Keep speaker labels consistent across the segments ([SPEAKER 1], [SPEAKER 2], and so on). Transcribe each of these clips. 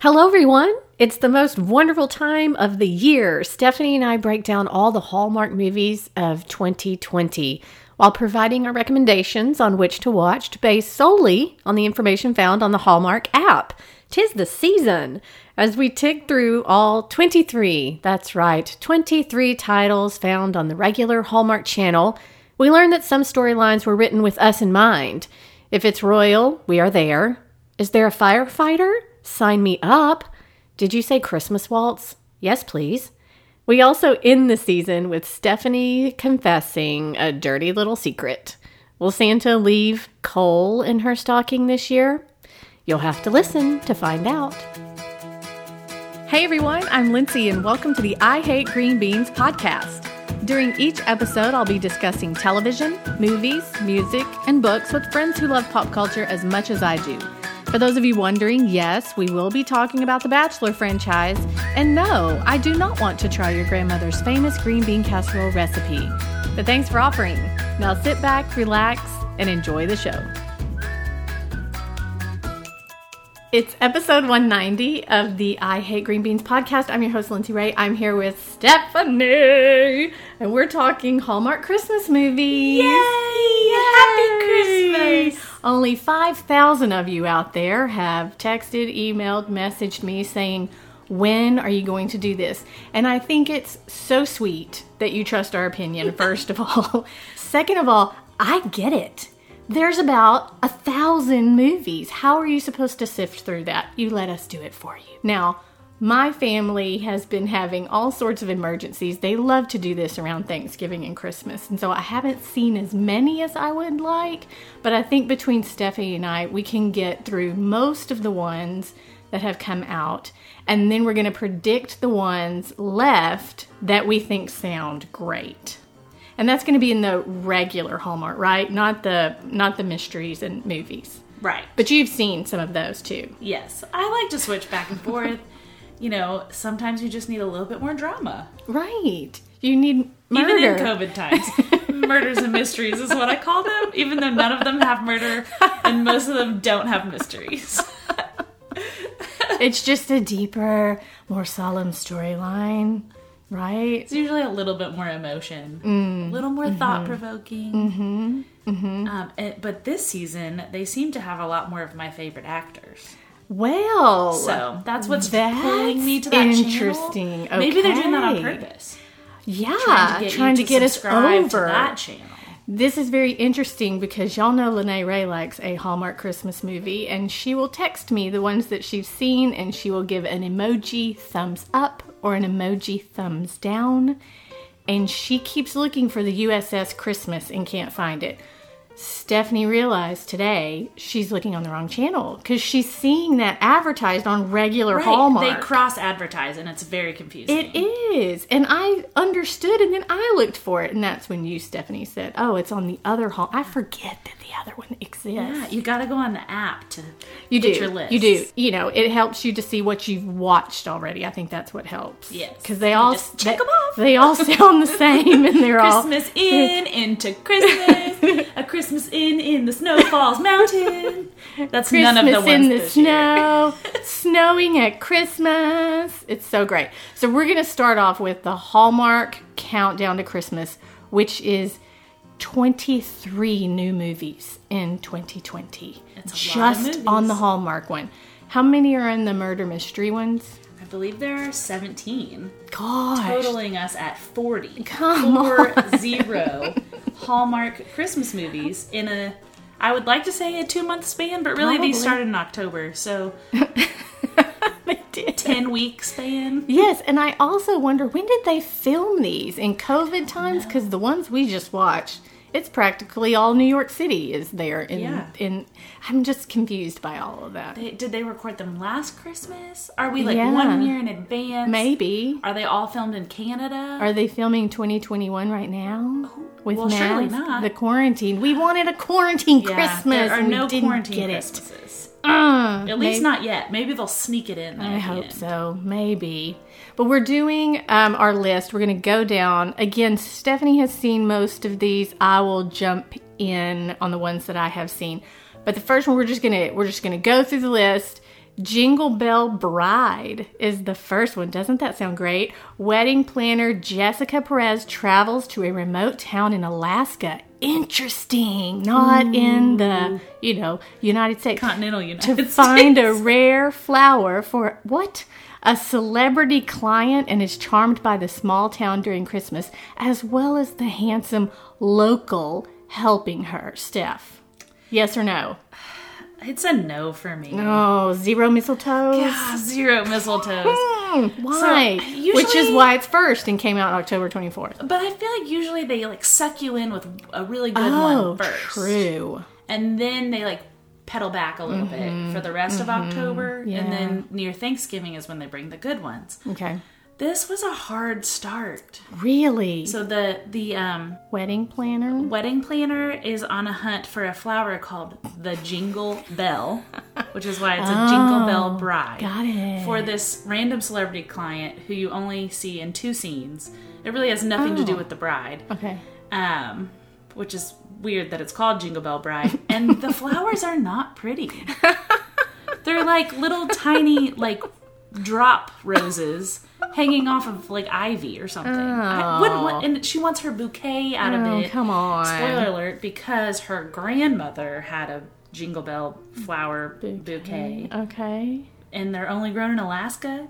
[SPEAKER 1] Hello, everyone. It's the most wonderful time of the year. Stephanie and I break down all the Hallmark movies of 2020 while providing our recommendations on which to watch based solely on the information found on the Hallmark app. Tis the season as we tick through all 23. That's right, 23 titles found on the regular Hallmark channel. We learn that some storylines were written with us in mind. If it's royal, we are there. Is there a firefighter? Sign me up. Did you say Christmas waltz? Yes, please. We also end the season with Stephanie confessing a dirty little secret. Will Santa leave coal in her stocking this year? You'll have to listen to find out. Hey everyone, I'm Lindsay and welcome to the I Hate Green Beans podcast. During each episode, I'll be discussing television, movies, music, and books with friends who love pop culture as much as I do. For those of you wondering, yes, we will be talking about the Bachelor franchise. And no, I do not want to try your grandmother's famous green bean casserole recipe. But thanks for offering. Now sit back, relax, and enjoy the show. It's episode 190 of the I Hate Green Beans podcast. I'm your host, Lindsay Ray. I'm here with Stephanie, and we're talking Hallmark Christmas movies.
[SPEAKER 2] Happy Christmas!
[SPEAKER 1] Only 5,000 of you out there have texted, emailed, messaged me saying, When are you going to do this? And I think it's so sweet that you trust our opinion, first of all. Second of all, I get it. There's about a thousand movies. How are you supposed to sift through that? You let us do it for you. Now, my family has been having all sorts of emergencies. They love to do this around Thanksgiving and Christmas. And so I haven't seen as many as I would like, but I think between Stephanie and I, we can get through most of the ones that have come out. And then we're going to predict the ones left that we think sound great. And that's going to be in the regular Hallmark, right? Not the not the mysteries and movies.
[SPEAKER 2] Right.
[SPEAKER 1] But you've seen some of those too.
[SPEAKER 2] Yes, I like to switch back and forth. you know, sometimes you just need a little bit more drama.
[SPEAKER 1] Right. You need murder.
[SPEAKER 2] Even in COVID times. Murders and mysteries is what I call them, even though none of them have murder and most of them don't have mysteries.
[SPEAKER 1] It's just a deeper, more solemn storyline, right?
[SPEAKER 2] It's usually a little bit more emotion,
[SPEAKER 1] Mm.
[SPEAKER 2] a little
[SPEAKER 1] Mm-hmm.
[SPEAKER 2] more thought provoking. Um, it- but this season, they seem to have a lot more of my favorite actors.
[SPEAKER 1] Well,
[SPEAKER 2] So that's what's
[SPEAKER 1] That's
[SPEAKER 2] pulling me to that channel.
[SPEAKER 1] interesting.
[SPEAKER 2] Maybe they're doing that on
[SPEAKER 1] Okay.
[SPEAKER 2] purpose.
[SPEAKER 1] yeah,
[SPEAKER 2] trying to get, you to
[SPEAKER 1] us
[SPEAKER 2] subscribe
[SPEAKER 1] over
[SPEAKER 2] to that channel.
[SPEAKER 1] This is very interesting because y'all know Lene Ray likes a Hallmark Christmas movie, and she will text me the ones that she's seen, and she will give an emoji thumbs up or an emoji thumbs down. And she keeps looking for the USS Christmas and can't find it. Stephanie realized today she's looking on the wrong channel because she's seeing that advertised on regular
[SPEAKER 2] Right,
[SPEAKER 1] Hallmark.
[SPEAKER 2] They cross advertise, and it's very confusing.
[SPEAKER 1] It is. And I understood and then I looked for it. And that's when you, Stephanie, said, Oh, it's on the other hall. I forget that the other one exists.
[SPEAKER 2] Yeah, you got to go on the app to
[SPEAKER 1] you
[SPEAKER 2] get
[SPEAKER 1] do.
[SPEAKER 2] your list.
[SPEAKER 1] You do. You know, it helps you to see what you've watched already. I think that's what helps.
[SPEAKER 2] Yes.
[SPEAKER 1] Because they all
[SPEAKER 2] just check
[SPEAKER 1] they,
[SPEAKER 2] 'em off.
[SPEAKER 1] They all sound the same and they're all
[SPEAKER 2] Christmas in into Christmas, a Christmas in in the Snow Falls Mountain. That's
[SPEAKER 1] Christmas
[SPEAKER 2] none of the ones
[SPEAKER 1] in the
[SPEAKER 2] this year.
[SPEAKER 1] snow, snowing at Christmas. It's so great. So we're going to start off with the Hallmark countdown to Christmas, which is 23 new movies in 2020.
[SPEAKER 2] That's a lot of
[SPEAKER 1] Just
[SPEAKER 2] movies.
[SPEAKER 1] on the Hallmark one. How many are in the murder mystery ones?
[SPEAKER 2] I believe there are 17,
[SPEAKER 1] Gosh.
[SPEAKER 2] totaling us at 40.
[SPEAKER 1] Come
[SPEAKER 2] Four zero Hallmark Christmas movies in a, I would like to say a two month span, but really
[SPEAKER 1] Probably.
[SPEAKER 2] these started in October, so
[SPEAKER 1] They did.
[SPEAKER 2] 10 week span.
[SPEAKER 1] Yes, and I also wonder when did they film these in COVID times? Because the ones we just watched, it's practically all New York City is there. In,
[SPEAKER 2] Yeah.
[SPEAKER 1] in I'm just confused by all of that.
[SPEAKER 2] They- Did they record them last Christmas? Are we like
[SPEAKER 1] Yeah.
[SPEAKER 2] one year in advance?
[SPEAKER 1] Maybe
[SPEAKER 2] Are they all filmed in Canada?
[SPEAKER 1] are they filming 2021 right now with
[SPEAKER 2] Well, surely
[SPEAKER 1] masks?
[SPEAKER 2] not.
[SPEAKER 1] The quarantine. We wanted a quarantine
[SPEAKER 2] Yeah,
[SPEAKER 1] Christmas.
[SPEAKER 2] There are
[SPEAKER 1] and
[SPEAKER 2] no
[SPEAKER 1] we didn't
[SPEAKER 2] quarantine
[SPEAKER 1] get it.
[SPEAKER 2] Christmases.
[SPEAKER 1] Uh,
[SPEAKER 2] At least not yet. Maybe they'll sneak it in. There
[SPEAKER 1] I
[SPEAKER 2] at the
[SPEAKER 1] hope
[SPEAKER 2] end.
[SPEAKER 1] so. Maybe. But we're doing um, our list. We're going to go down. Again, Stephanie has seen most of these. I will jump in on the ones that I have seen. But the first one we're just going to we're just going to go through the list, Jingle Bell Bride is the first one. Doesn't that sound great? Wedding planner Jessica Perez travels to a remote town in Alaska. Interesting. Not in the, you know, United States.
[SPEAKER 2] Continental United
[SPEAKER 1] to
[SPEAKER 2] States.
[SPEAKER 1] find a rare flower for what? A celebrity client and is charmed by the small town during Christmas, as well as the handsome local helping her, Steph. Yes or no?
[SPEAKER 2] It's a no for me.
[SPEAKER 1] Oh, zero mistletoes.
[SPEAKER 2] Ah, Zero mistletoes.
[SPEAKER 1] Why?
[SPEAKER 2] So, usually-
[SPEAKER 1] Which is why it's first and came out October 24th.
[SPEAKER 2] But I feel like usually they like suck you in with a really good
[SPEAKER 1] Oh,
[SPEAKER 2] one first.
[SPEAKER 1] true.
[SPEAKER 2] And then they like pedal back a little bit for the rest of October.
[SPEAKER 1] Mm-hmm. yeah.
[SPEAKER 2] And then near Thanksgiving is when they bring the good ones.
[SPEAKER 1] Okay.
[SPEAKER 2] This was a hard start.
[SPEAKER 1] Really?
[SPEAKER 2] So the the um,
[SPEAKER 1] Wedding planner?
[SPEAKER 2] wedding planner is on a hunt for a flower called the jingle bell, which is why it's a jingle bell bride.
[SPEAKER 1] Oh, Got it.
[SPEAKER 2] For this random celebrity client who you only see in two scenes. It really has nothing
[SPEAKER 1] Oh.
[SPEAKER 2] to do with the bride.
[SPEAKER 1] Okay.
[SPEAKER 2] um, which is weird that it's called Jingle Bell Bride. And the flowers are not pretty. They're like little tiny like drop roses hanging off of like ivy or something. I wouldn't want, and she wants her bouquet out
[SPEAKER 1] Oh,
[SPEAKER 2] of it.
[SPEAKER 1] come on.
[SPEAKER 2] Spoiler alert! Because her grandmother had a jingle bell flower bouquet,
[SPEAKER 1] Okay.
[SPEAKER 2] and they're only grown in Alaska.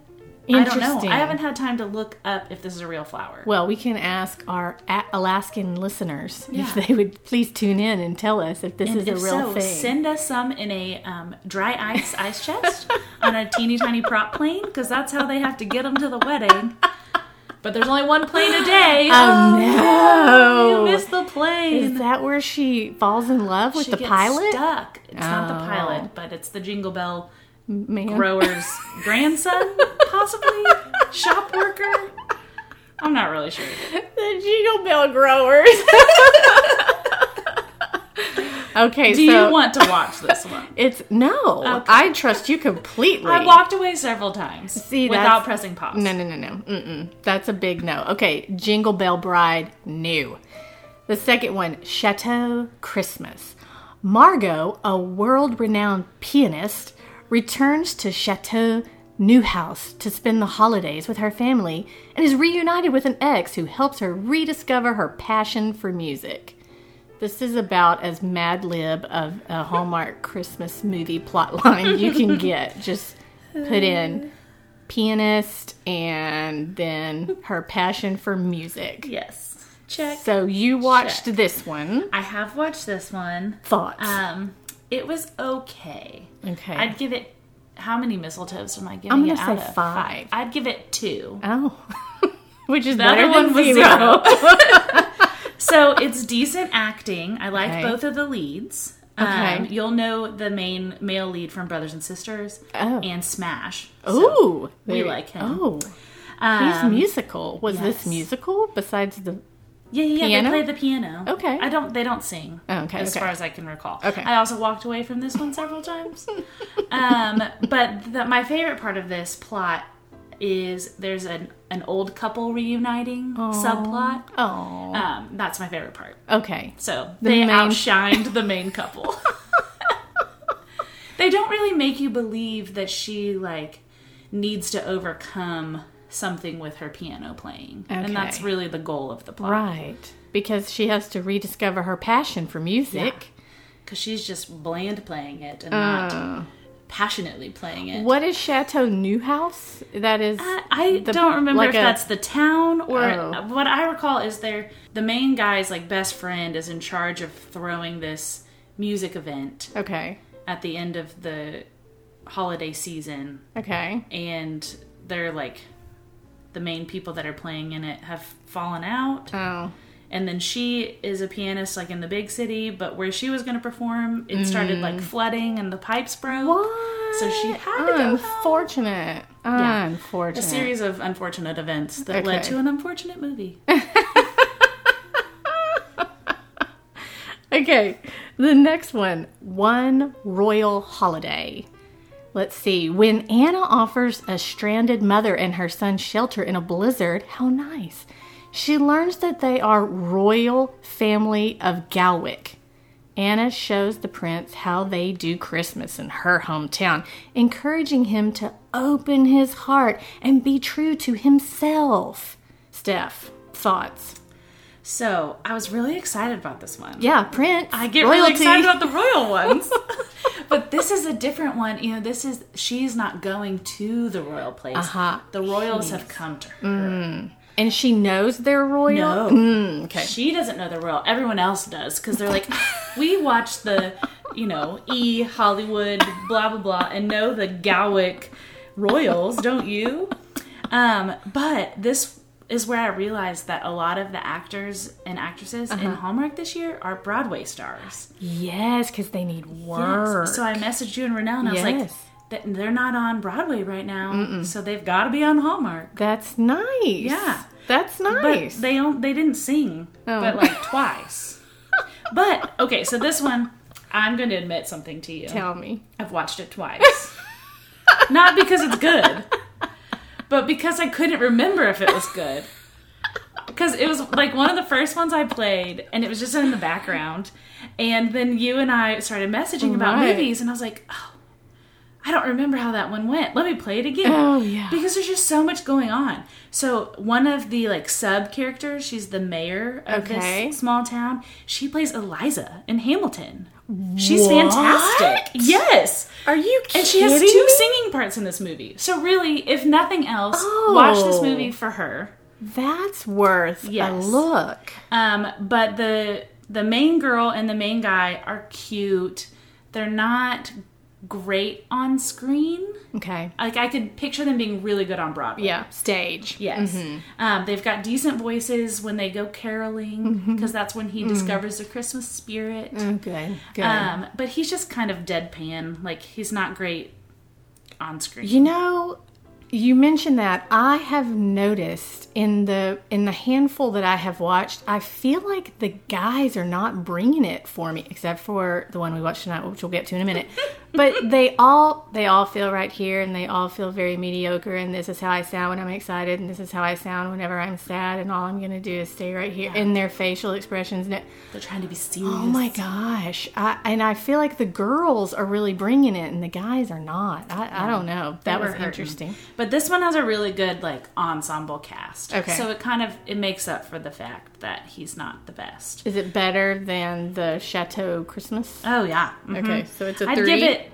[SPEAKER 2] I don't
[SPEAKER 1] Interesting.
[SPEAKER 2] know. I haven't had time to look up if this is a real flower.
[SPEAKER 1] Well, we can ask our A- Alaskan listeners
[SPEAKER 2] Yeah.
[SPEAKER 1] if they would please tune in and tell us if this is
[SPEAKER 2] if
[SPEAKER 1] a real
[SPEAKER 2] so,
[SPEAKER 1] thing.
[SPEAKER 2] Send us some in a um, dry ice ice chest on a teeny tiny prop plane because that's how they have to get them to the wedding. But there's only one plane a day. Oh,
[SPEAKER 1] oh no!
[SPEAKER 2] you missed the plane.
[SPEAKER 1] is that where she falls in love with
[SPEAKER 2] She
[SPEAKER 1] the
[SPEAKER 2] gets
[SPEAKER 1] pilot
[SPEAKER 2] Stuck. It's not the
[SPEAKER 1] Oh.
[SPEAKER 2] pilot, but it's the Jingle Bell
[SPEAKER 1] man?
[SPEAKER 2] grower's grandson, possibly shop worker. I'm not really sure.
[SPEAKER 1] the jingle bell growers. okay,
[SPEAKER 2] Do
[SPEAKER 1] so
[SPEAKER 2] you want to watch this one?
[SPEAKER 1] it's no. I trust you completely.
[SPEAKER 2] I walked away several times
[SPEAKER 1] See,
[SPEAKER 2] without
[SPEAKER 1] that's-
[SPEAKER 2] pressing pause.
[SPEAKER 1] No, no, no, no. Mm-mm. That's a big no. Okay, Jingle Bell Bride, new. The second one, Chateau Christmas. Margot, a world renowned pianist, returns to Chateau Newhouse to spend the holidays with her family and is reunited with an ex who helps her rediscover her passion for music. This is about as mad lib of a Hallmark Christmas movie plotline you can get. Just put in pianist and then her passion for music.
[SPEAKER 2] Yes. Check.
[SPEAKER 1] So you watched this one.
[SPEAKER 2] I have watched this one.
[SPEAKER 1] Thoughts?
[SPEAKER 2] Um, it was okay.
[SPEAKER 1] okay.
[SPEAKER 2] I'd give it. How many mistletoes am I giving
[SPEAKER 1] I'm gonna
[SPEAKER 2] it
[SPEAKER 1] say
[SPEAKER 2] out of?
[SPEAKER 1] five.
[SPEAKER 2] I'd give it two.
[SPEAKER 1] oh. Which is
[SPEAKER 2] The
[SPEAKER 1] better
[SPEAKER 2] other
[SPEAKER 1] than
[SPEAKER 2] one was
[SPEAKER 1] zero.
[SPEAKER 2] zero. so it's decent acting. I like
[SPEAKER 1] Okay.
[SPEAKER 2] both of the leads. Um,
[SPEAKER 1] Okay.
[SPEAKER 2] you'll know the main male lead from Brothers and Sisters
[SPEAKER 1] Oh.
[SPEAKER 2] and Smash.
[SPEAKER 1] Ooh.
[SPEAKER 2] we
[SPEAKER 1] there-
[SPEAKER 2] like him.
[SPEAKER 1] Oh. He's
[SPEAKER 2] Um,
[SPEAKER 1] musical. Was
[SPEAKER 2] yes.
[SPEAKER 1] this musical besides the
[SPEAKER 2] yeah, yeah,
[SPEAKER 1] Piano?
[SPEAKER 2] they play the piano.
[SPEAKER 1] Okay.
[SPEAKER 2] I don't. They don't sing.
[SPEAKER 1] Oh, okay,
[SPEAKER 2] As
[SPEAKER 1] okay.
[SPEAKER 2] far as I can recall.
[SPEAKER 1] Okay.
[SPEAKER 2] I also walked away from this one several times. um, but the, my favorite part of this plot is there's an an old couple reuniting subplot.
[SPEAKER 1] Oh.
[SPEAKER 2] Um, that's my favorite part.
[SPEAKER 1] Okay.
[SPEAKER 2] So
[SPEAKER 1] The
[SPEAKER 2] they
[SPEAKER 1] main-
[SPEAKER 2] outshined the main couple. they don't really make you believe that she like needs to overcome something with her piano playing,
[SPEAKER 1] Okay.
[SPEAKER 2] and that's really the goal of the plot
[SPEAKER 1] Right. Because she has to rediscover her passion for music.
[SPEAKER 2] because she's just bland playing it and not passionately playing it.
[SPEAKER 1] Oh. What is Chateau Newhouse? That is
[SPEAKER 2] I- I
[SPEAKER 1] the-
[SPEAKER 2] don't remember
[SPEAKER 1] like
[SPEAKER 2] if
[SPEAKER 1] a-
[SPEAKER 2] that's the town or
[SPEAKER 1] Oh.
[SPEAKER 2] what I recall is there the main guy's like best friend is in charge of throwing this music event
[SPEAKER 1] Okay.
[SPEAKER 2] at the end of the holiday season
[SPEAKER 1] Okay.
[SPEAKER 2] and they're like the main people that are playing in it have fallen out
[SPEAKER 1] Oh.
[SPEAKER 2] and then she is a pianist like in the big city but where she was going to perform it started like flooding and the pipes broke
[SPEAKER 1] Mm. What?
[SPEAKER 2] So she had to go home.
[SPEAKER 1] Unfortunate.
[SPEAKER 2] Yeah.
[SPEAKER 1] Unfortunate.
[SPEAKER 2] a series of unfortunate events that led
[SPEAKER 1] Okay.
[SPEAKER 2] to an unfortunate movie
[SPEAKER 1] Okay. The next one One Royal Holiday. Let's see. When Anna offers a stranded mother and her son shelter in a blizzard, how nice. She learns that they are royal family of Galwick. Anna shows the prince how they do Christmas in her hometown, encouraging him to open his heart and be true to himself. Steph, thoughts?
[SPEAKER 2] So I was really excited about this one.
[SPEAKER 1] Yeah, Prince.
[SPEAKER 2] I get really excited about the royal ones. but this is a different one. You know, this is she's not going to the royal place.
[SPEAKER 1] Uh-huh. Mm.
[SPEAKER 2] The royals have come to her.
[SPEAKER 1] and she knows they're royal.
[SPEAKER 2] No.
[SPEAKER 1] Mm, okay.
[SPEAKER 2] She doesn't know the royal. Everyone else does because they're like, we watch the, you know, E Hollywood, blah blah blah, and know the Gowick royals, don't you? Um, but this is where I realized that a lot of the actors and actresses in
[SPEAKER 1] Uh-huh.
[SPEAKER 2] Hallmark this year are Broadway stars.
[SPEAKER 1] Yes, because they need work.
[SPEAKER 2] Yes. So I messaged you and Renelle, and I was like.
[SPEAKER 1] Yes.
[SPEAKER 2] "Th- They're not on Broadway right now, so they've got to be on Hallmark.
[SPEAKER 1] That's nice.
[SPEAKER 2] Yeah.
[SPEAKER 1] That's nice.
[SPEAKER 2] But they don't. They didn't sing,
[SPEAKER 1] Oh.
[SPEAKER 2] but like twice. but okay, so this one, I'm going to admit something to you.
[SPEAKER 1] Tell me.
[SPEAKER 2] I've watched it twice, not because it's good, but because I couldn't remember if it was good. Because it was like one of the first ones I played, and it was just in the background. And then you and I started messaging about
[SPEAKER 1] Right.
[SPEAKER 2] movies, and I was like, oh, I don't remember how that one went. Let me play it again.
[SPEAKER 1] Oh, yeah.
[SPEAKER 2] Because there's just so much going on. So one of the like sub characters, she's the mayor of
[SPEAKER 1] Okay.
[SPEAKER 2] this small town. She plays Eliza in Hamilton. She's fantastic. Yes.
[SPEAKER 1] Are you
[SPEAKER 2] And she has two singing parts in this movie. So really, if nothing else, watch this
[SPEAKER 1] Oh.
[SPEAKER 2] movie for her.
[SPEAKER 1] That's worth a
[SPEAKER 2] Yes.
[SPEAKER 1] look.
[SPEAKER 2] Um, but the the main girl and the main guy are cute. They're not great on screen.
[SPEAKER 1] Okay.
[SPEAKER 2] Like I could picture them being really good on Broadway.
[SPEAKER 1] Yeah. Mm-hmm. Stage.
[SPEAKER 2] Yes. Um, they've got decent voices when they go caroling
[SPEAKER 1] Mm-hmm.
[SPEAKER 2] because that's when he discovers the Christmas spirit.
[SPEAKER 1] Oh, good. Good.
[SPEAKER 2] Um, but he's just kind of deadpan. Like he's not great on screen.
[SPEAKER 1] You know, you mentioned that I have noticed in the in the handful that I have watched, I feel like the guys are not bringing it for me, except for the one we watched tonight, which we'll get to in a minute. but they all they all feel right here, and they all feel very mediocre. And this is how I sound when I'm excited, and this is how I sound whenever I'm sad. And all I'm gonna do is stay right here. in their facial expressions. And it-
[SPEAKER 2] They're trying to be serious.
[SPEAKER 1] Oh my gosh! I, and I feel like the girls are really bringing it, and the guys are not. I, I don't know. That
[SPEAKER 2] were
[SPEAKER 1] was
[SPEAKER 2] hurting.
[SPEAKER 1] interesting.
[SPEAKER 2] But this one has a really good like ensemble cast.
[SPEAKER 1] Okay.
[SPEAKER 2] So it kind of it makes up for the fact that he's not the best.
[SPEAKER 1] Is it better than the Chateau Christmas?
[SPEAKER 2] Oh yeah. Mhm.
[SPEAKER 1] Okay, so it's a
[SPEAKER 2] I'd
[SPEAKER 1] three,
[SPEAKER 2] give it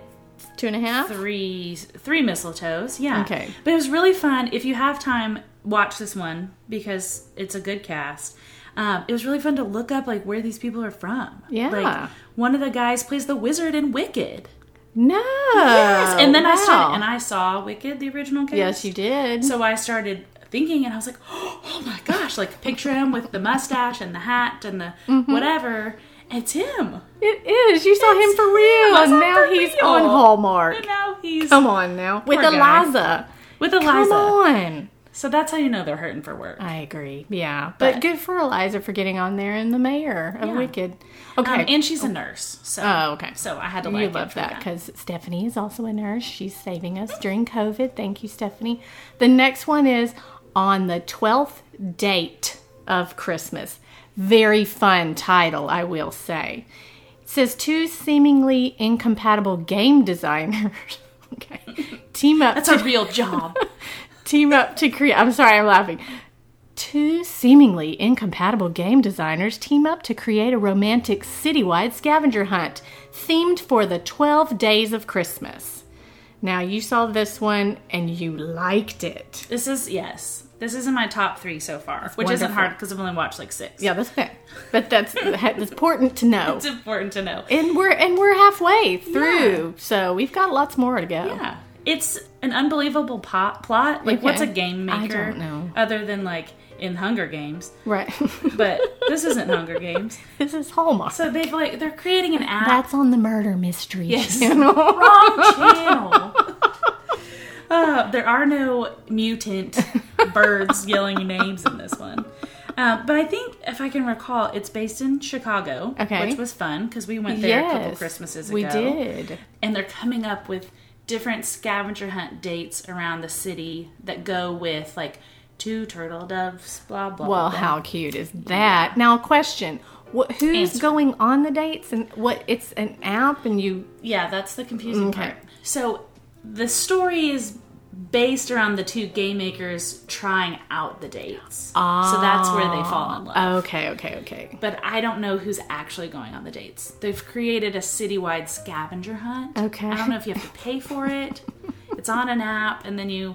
[SPEAKER 1] two and a half.
[SPEAKER 2] three three mistletoes. Yeah.
[SPEAKER 1] Okay.
[SPEAKER 2] But it was really fun. If you have time, watch this one because it's a good cast. Um, it was really fun to look up like where these people are from.
[SPEAKER 1] Yeah.
[SPEAKER 2] Like one of the guys plays the wizard in Wicked.
[SPEAKER 1] No.
[SPEAKER 2] Yes. And then I
[SPEAKER 1] Oh, wow.
[SPEAKER 2] started and I saw Wicked, the original cast.
[SPEAKER 1] Yes, you did.
[SPEAKER 2] So I started thinking, and I was like, oh my gosh, like picture him with the mustache and the hat and the
[SPEAKER 1] Mm-hmm.
[SPEAKER 2] whatever. It's him.
[SPEAKER 1] it is. You saw him
[SPEAKER 2] It's
[SPEAKER 1] for
[SPEAKER 2] him.
[SPEAKER 1] real,
[SPEAKER 2] I saw
[SPEAKER 1] and now
[SPEAKER 2] him for
[SPEAKER 1] he's
[SPEAKER 2] real.
[SPEAKER 1] on
[SPEAKER 2] And
[SPEAKER 1] Hallmark.
[SPEAKER 2] now he's
[SPEAKER 1] Come on now, with
[SPEAKER 2] Poor guy.
[SPEAKER 1] Eliza.
[SPEAKER 2] with Eliza.
[SPEAKER 1] Come on. Uh,
[SPEAKER 2] So that's how you know they're hurting for work.
[SPEAKER 1] I agree. Yeah, but,
[SPEAKER 2] But-
[SPEAKER 1] good for Eliza for getting on there and the mayor of
[SPEAKER 2] Yeah.
[SPEAKER 1] Wicked. Okay.
[SPEAKER 2] Um, and she's a nurse. So,
[SPEAKER 1] Oh, okay.
[SPEAKER 2] So I had to
[SPEAKER 1] You
[SPEAKER 2] like it
[SPEAKER 1] love
[SPEAKER 2] for
[SPEAKER 1] that because Stephanie is also a nurse. She's saving us during COVID. Thank you, Stephanie. The next one is on the 12th date of Christmas. Very fun title, I will say. It says two seemingly incompatible game designers. okay. Team up
[SPEAKER 2] That's a real job.
[SPEAKER 1] team up to create. I'm sorry, I'm laughing. Two seemingly incompatible game designers team up to create a romantic citywide scavenger hunt themed for the 12 days of Christmas. Now, you saw this one and you liked it.
[SPEAKER 2] this is yes. This is in my top three so far, which isn't
[SPEAKER 1] wonderful.
[SPEAKER 2] hard because I've only watched like six.
[SPEAKER 1] Yeah, that's okay. But that's, that's important to know.
[SPEAKER 2] It's important to know.
[SPEAKER 1] And we're and we're halfway through, so we've got lots more to go.
[SPEAKER 2] Yeah. It's an unbelievable pot plot. Like, what's a
[SPEAKER 1] Okay.
[SPEAKER 2] game
[SPEAKER 1] I
[SPEAKER 2] maker?
[SPEAKER 1] don't know.
[SPEAKER 2] Other than, like, in Hunger Games.
[SPEAKER 1] Right.
[SPEAKER 2] But this isn't Hunger Games.
[SPEAKER 1] this is Hallmark.
[SPEAKER 2] So they've, like, they're creating an app.
[SPEAKER 1] that's on the murder mystery
[SPEAKER 2] Yes.
[SPEAKER 1] channel.
[SPEAKER 2] Wrong channel. Uh, there are no mutant birds yelling names in this one. Uh, but I think, if I can recall, it's based in Chicago,
[SPEAKER 1] Okay.
[SPEAKER 2] which was fun because we went there a couple Christmases ago.
[SPEAKER 1] We did.
[SPEAKER 2] and they're coming up with different scavenger hunt dates around the city that go with like two turtle doves, blah blah.
[SPEAKER 1] Well,
[SPEAKER 2] blah.
[SPEAKER 1] how cute is that? Now, question: what, Who's
[SPEAKER 2] Answer.
[SPEAKER 1] going on the dates, and what? It's an app, and you
[SPEAKER 2] Yeah, that's the confusing
[SPEAKER 1] Okay.
[SPEAKER 2] part. So the story is based around the two gay makers trying out the dates. So that's where they fall in love.
[SPEAKER 1] Ah, okay, okay, okay,
[SPEAKER 2] But I don't know who's actually going on the dates. They've created a citywide scavenger hunt.
[SPEAKER 1] Okay.
[SPEAKER 2] I don't know if you have to pay for it. it's on an app, and then you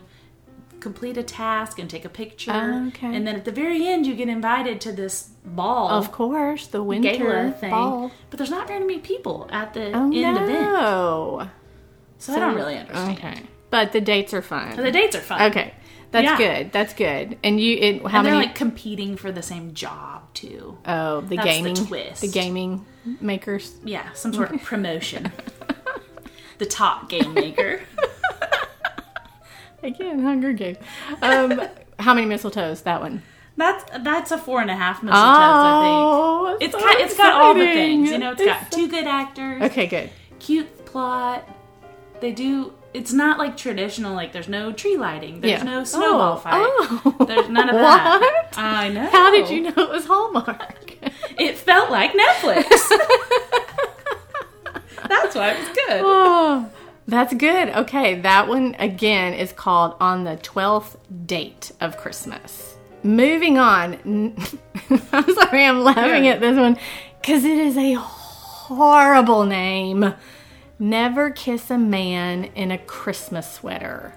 [SPEAKER 2] complete a task and take a picture.
[SPEAKER 1] Okay.
[SPEAKER 2] And then at the very end, you get invited to this ball
[SPEAKER 1] of course, the winter
[SPEAKER 2] gala thing.
[SPEAKER 1] ball.
[SPEAKER 2] But there's not very many people at the
[SPEAKER 1] Oh
[SPEAKER 2] end event,
[SPEAKER 1] no!
[SPEAKER 2] so, I don't really understand.
[SPEAKER 1] Okay, but the dates are fun.
[SPEAKER 2] The dates are fun.
[SPEAKER 1] okay, that's
[SPEAKER 2] Yeah.
[SPEAKER 1] good. That's good. And you, it, how
[SPEAKER 2] and they're
[SPEAKER 1] many?
[SPEAKER 2] like competing for the same job too.
[SPEAKER 1] oh, the
[SPEAKER 2] that's the
[SPEAKER 1] gaming,
[SPEAKER 2] twist.
[SPEAKER 1] the gaming makers.
[SPEAKER 2] Yeah, some sort of promotion. the top game maker.
[SPEAKER 1] Again, Hunger Games. Um, how many mistletoes? That one.
[SPEAKER 2] That's that's a four and a half mistletoes. I
[SPEAKER 1] Oh,
[SPEAKER 2] think it's
[SPEAKER 1] so
[SPEAKER 2] got it's got all the
[SPEAKER 1] exciting.
[SPEAKER 2] things. You know, it's got two good actors,
[SPEAKER 1] Okay, good.
[SPEAKER 2] cute plot. They do. It's not like traditional. Like there's no tree lighting. There's
[SPEAKER 1] Yeah.
[SPEAKER 2] no
[SPEAKER 1] Oh,
[SPEAKER 2] snowball fight.
[SPEAKER 1] oh.
[SPEAKER 2] There's none of that.
[SPEAKER 1] What?
[SPEAKER 2] I know.
[SPEAKER 1] How did you know it was Hallmark?
[SPEAKER 2] It felt like Netflix. that's why it was good.
[SPEAKER 1] oh, that's good. Okay, that one again is called On the 12th Date of Christmas. Moving on. n- I'm sorry, I'm laughing
[SPEAKER 2] Yeah.
[SPEAKER 1] at this one because it is a horrible name. Never kiss a man in a Christmas sweater.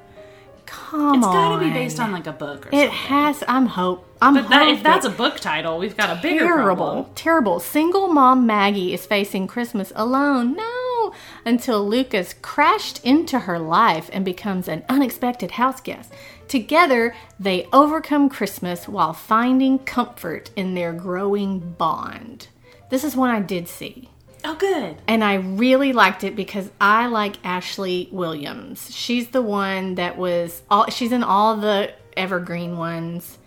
[SPEAKER 1] Come
[SPEAKER 2] It's
[SPEAKER 1] on.
[SPEAKER 2] got to be based on like a book or
[SPEAKER 1] It
[SPEAKER 2] something.
[SPEAKER 1] has. I'm hope. I'm
[SPEAKER 2] But that, if
[SPEAKER 1] hoping-
[SPEAKER 2] that's a book title, we've got a bigger problem.
[SPEAKER 1] terrible, terrible. Single mom Maggie is facing Christmas alone. No, until Lucas crashed into her life and becomes an unexpected house guest. Together, they overcome Christmas while finding comfort in their growing bond. This is one I did see.
[SPEAKER 2] Oh, good.
[SPEAKER 1] And I really liked it because I like Ashley Williams. She's the one that was all she's in all the evergreen ones.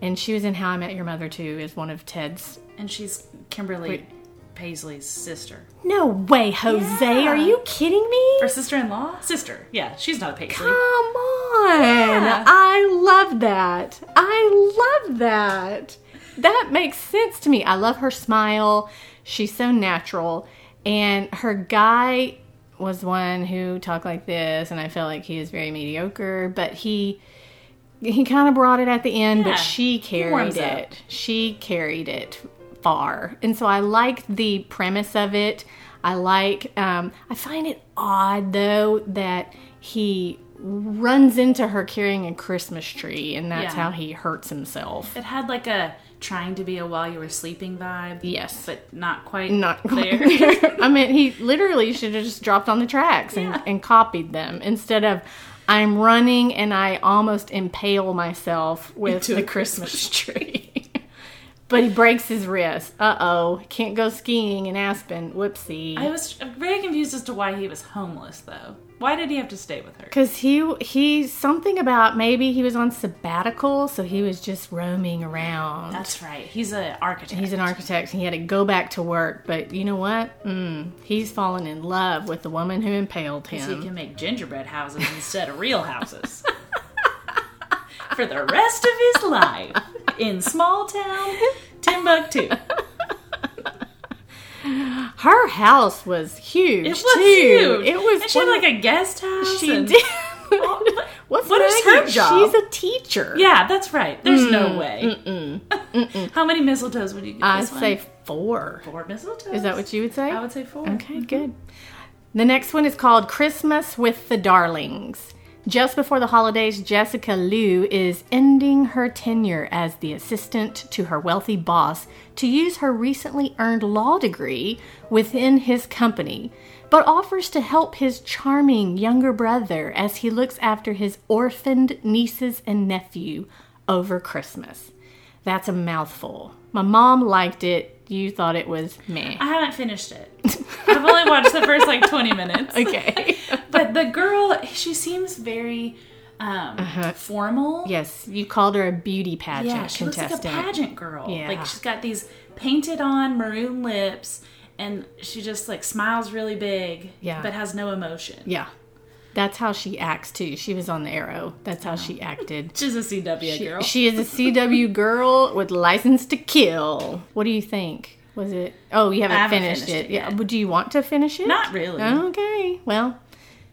[SPEAKER 1] And she was in How I Met Your Mother too, is one of Ted's.
[SPEAKER 2] And she's Kimberly Paisley's sister
[SPEAKER 1] No way, Jose. Are you kidding me?
[SPEAKER 2] or sister-in-law. Sister. Yeah, she's not a Paisley.
[SPEAKER 1] Come on. I love that. I love that. That makes sense to me. I love her smile. She's so natural. And her guy was one who talked like this, and I felt like he was very mediocre, but he. He kind of brought it at the end,
[SPEAKER 2] Yeah,
[SPEAKER 1] but she
[SPEAKER 2] he
[SPEAKER 1] carried
[SPEAKER 2] warms up.
[SPEAKER 1] it. She carried it far. And so I like the premise of it. I like, um, I find it odd though that he runs into her carrying a Christmas tree and that's
[SPEAKER 2] Yeah.
[SPEAKER 1] how he hurts himself.
[SPEAKER 2] It had like a trying to be a while you were sleeping vibe.
[SPEAKER 1] Yes.
[SPEAKER 2] But not quite
[SPEAKER 1] Not
[SPEAKER 2] there.
[SPEAKER 1] I mean, he literally should have just dropped on the tracks and,
[SPEAKER 2] Yeah.
[SPEAKER 1] and copied them instead of I'm running and I almost impale myself with
[SPEAKER 2] Into
[SPEAKER 1] the
[SPEAKER 2] a Christmas
[SPEAKER 1] Christmas tree. but he breaks his wrist. Uh oh. Can't go skiing in Aspen. Whoopsie.
[SPEAKER 2] I was very confused as to why he was homeless, though. Why did he have to stay with her?
[SPEAKER 1] Cause he he something about maybe he was on sabbatical, so he was just roaming around.
[SPEAKER 2] That's right. He's an architect.
[SPEAKER 1] He's an architect. and He had to go back to work, but you know what? Mm, he's fallen in love with the woman who impaled
[SPEAKER 2] So he
[SPEAKER 1] him.
[SPEAKER 2] can make gingerbread houses instead of real houses. For the rest of his life in small town Timbuktu.
[SPEAKER 1] Her house was huge.
[SPEAKER 2] It was
[SPEAKER 1] too.
[SPEAKER 2] huge.
[SPEAKER 1] It was.
[SPEAKER 2] And she had like a guest house.
[SPEAKER 1] she
[SPEAKER 2] and-
[SPEAKER 1] did.
[SPEAKER 2] What-
[SPEAKER 1] What's
[SPEAKER 2] what is her
[SPEAKER 1] Maggie?
[SPEAKER 2] job?
[SPEAKER 1] She's a teacher.
[SPEAKER 2] Yeah, that's right. There's
[SPEAKER 1] Mm,
[SPEAKER 2] no way. How many mistletoes would you give
[SPEAKER 1] I
[SPEAKER 2] this one?
[SPEAKER 1] say four.
[SPEAKER 2] four mistletoes.
[SPEAKER 1] Is that what you would say?
[SPEAKER 2] I would say four.
[SPEAKER 1] Okay, good. The next one is called Christmas with the Darlings. Just before the holidays, Jessica Liu is ending her tenure as the assistant to her wealthy boss to use her recently earned law degree within his company, but offers to help his charming younger brother as he looks after his orphaned nieces and nephew over Christmas. That's a mouthful. My mom liked it. You thought it was meh.
[SPEAKER 2] I haven't finished it. I've only watched the first like 20 minutes.
[SPEAKER 1] Okay.
[SPEAKER 2] But the girl, she seems very um,
[SPEAKER 1] Uh-huh.
[SPEAKER 2] formal.
[SPEAKER 1] Yes, you called her a beauty pageant
[SPEAKER 2] Yeah, she
[SPEAKER 1] contestant.
[SPEAKER 2] looks like a pageant girl.
[SPEAKER 1] Yeah.
[SPEAKER 2] Like she's got these painted on maroon lips and she just like smiles really big
[SPEAKER 1] Yeah.
[SPEAKER 2] but has no emotion.
[SPEAKER 1] yeah. That's how she acts too. She was on the Arrow. That's how she acted.
[SPEAKER 2] She's a CW girl.
[SPEAKER 1] She is a CW girl with license to kill. What do you think? Was it? Oh, you haven't,
[SPEAKER 2] haven't
[SPEAKER 1] finished,
[SPEAKER 2] finished
[SPEAKER 1] it.
[SPEAKER 2] it
[SPEAKER 1] Yeah.
[SPEAKER 2] yet.
[SPEAKER 1] But do you want to finish it?
[SPEAKER 2] Not really.
[SPEAKER 1] Okay. Well,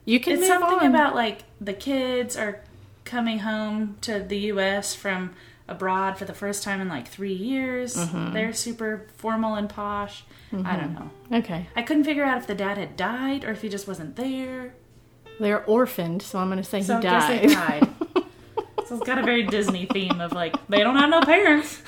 [SPEAKER 1] you can.
[SPEAKER 2] it's
[SPEAKER 1] move
[SPEAKER 2] something
[SPEAKER 1] on.
[SPEAKER 2] about like the kids are coming home to the U.S. from abroad for the first time in like three years.
[SPEAKER 1] Mm-hmm.
[SPEAKER 2] They're super formal and posh. I don't know.
[SPEAKER 1] Okay.
[SPEAKER 2] I couldn't figure out if the dad had died or if he just wasn't there.
[SPEAKER 1] They're orphaned, so I'm going to say
[SPEAKER 2] So
[SPEAKER 1] he
[SPEAKER 2] I
[SPEAKER 1] died.
[SPEAKER 2] guess they died. so it's got a very Disney theme of like they don't have no parents.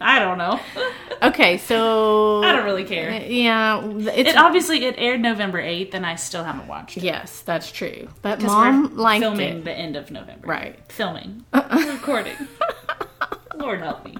[SPEAKER 2] I don't know.
[SPEAKER 1] okay. So
[SPEAKER 2] I don't really care.
[SPEAKER 1] Yeah. It's
[SPEAKER 2] It obviously it aired November eighth, and I still haven't watched it.
[SPEAKER 1] yes, that's true. But
[SPEAKER 2] 'Cause
[SPEAKER 1] mom
[SPEAKER 2] we're
[SPEAKER 1] liked
[SPEAKER 2] filming
[SPEAKER 1] it.
[SPEAKER 2] the end of November.
[SPEAKER 1] Right.
[SPEAKER 2] Filming, recording. Lord help me.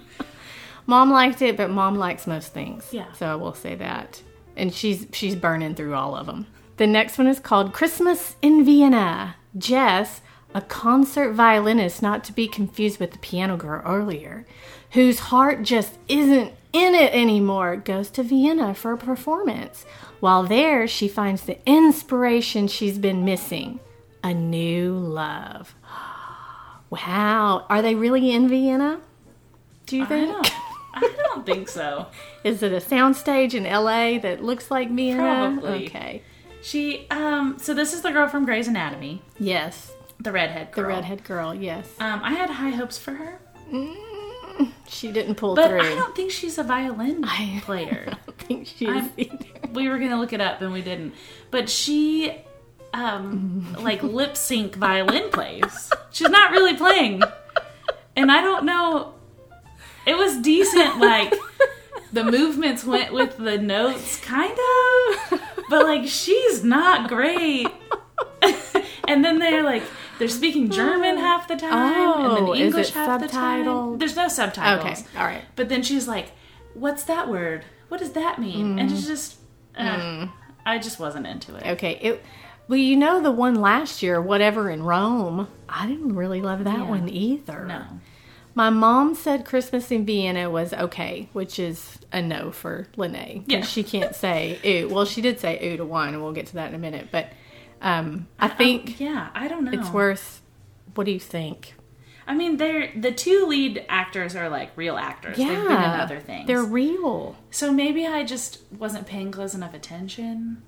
[SPEAKER 1] Mom liked it, but mom likes most things.
[SPEAKER 2] Yeah.
[SPEAKER 1] So I will say that. And she's she's burning through all of them. The next one is called Christmas in Vienna. Jess, a concert violinist, not to be confused with the piano girl earlier, whose heart just isn't in it anymore, goes to Vienna for a performance. While there, she finds the inspiration she's been missing a new love. Wow. Are they really in Vienna? Do you
[SPEAKER 2] I
[SPEAKER 1] think?
[SPEAKER 2] don't, I don't think so.
[SPEAKER 1] Is it a soundstage in LA that looks like Vienna?
[SPEAKER 2] Probably.
[SPEAKER 1] Okay.
[SPEAKER 2] She, um, so this is the girl from Grey's Anatomy,
[SPEAKER 1] Yes.
[SPEAKER 2] the redhead
[SPEAKER 1] The
[SPEAKER 2] girl.
[SPEAKER 1] redhead girl, yes.
[SPEAKER 2] Um, I had high hopes for her,
[SPEAKER 1] Mm, she didn't pull
[SPEAKER 2] but
[SPEAKER 1] through.
[SPEAKER 2] I don't think she's a violin
[SPEAKER 1] I-
[SPEAKER 2] player.
[SPEAKER 1] I don't think she is
[SPEAKER 2] I'm-
[SPEAKER 1] either.
[SPEAKER 2] we were gonna look it up and we didn't. But she, um, like lip sync violin plays. She's not really playing, and I don't know. It was decent, like the movements went with the notes, kind of. But like she's not great. and then they're like they're speaking German half the time, and
[SPEAKER 1] Oh,
[SPEAKER 2] then
[SPEAKER 1] is
[SPEAKER 2] English
[SPEAKER 1] it
[SPEAKER 2] half the time.
[SPEAKER 1] subtitled?
[SPEAKER 2] There's no subtitles.
[SPEAKER 1] Okay. All right.
[SPEAKER 2] But then she's like, "What's that word? What does that mean?"
[SPEAKER 1] Mm.
[SPEAKER 2] And it's just, uh, I just wasn't into it.
[SPEAKER 1] Okay. It, well, you know the one last year, whatever in Rome. I didn't really love that
[SPEAKER 2] Yeah.
[SPEAKER 1] one either.
[SPEAKER 2] No,
[SPEAKER 1] My mom said Christmas in Vienna was okay, which is a no for Lene.
[SPEAKER 2] Yeah.
[SPEAKER 1] She can't say ooh. Well, she did say ooh to one, and we'll get to that in a minute. But um, I think
[SPEAKER 2] yeah, I don't know.
[SPEAKER 1] It's worth. What do you think?
[SPEAKER 2] I mean, they're the two lead actors are like real actors. They've been in other things.
[SPEAKER 1] They're real.
[SPEAKER 2] So maybe I just wasn't paying close enough attention.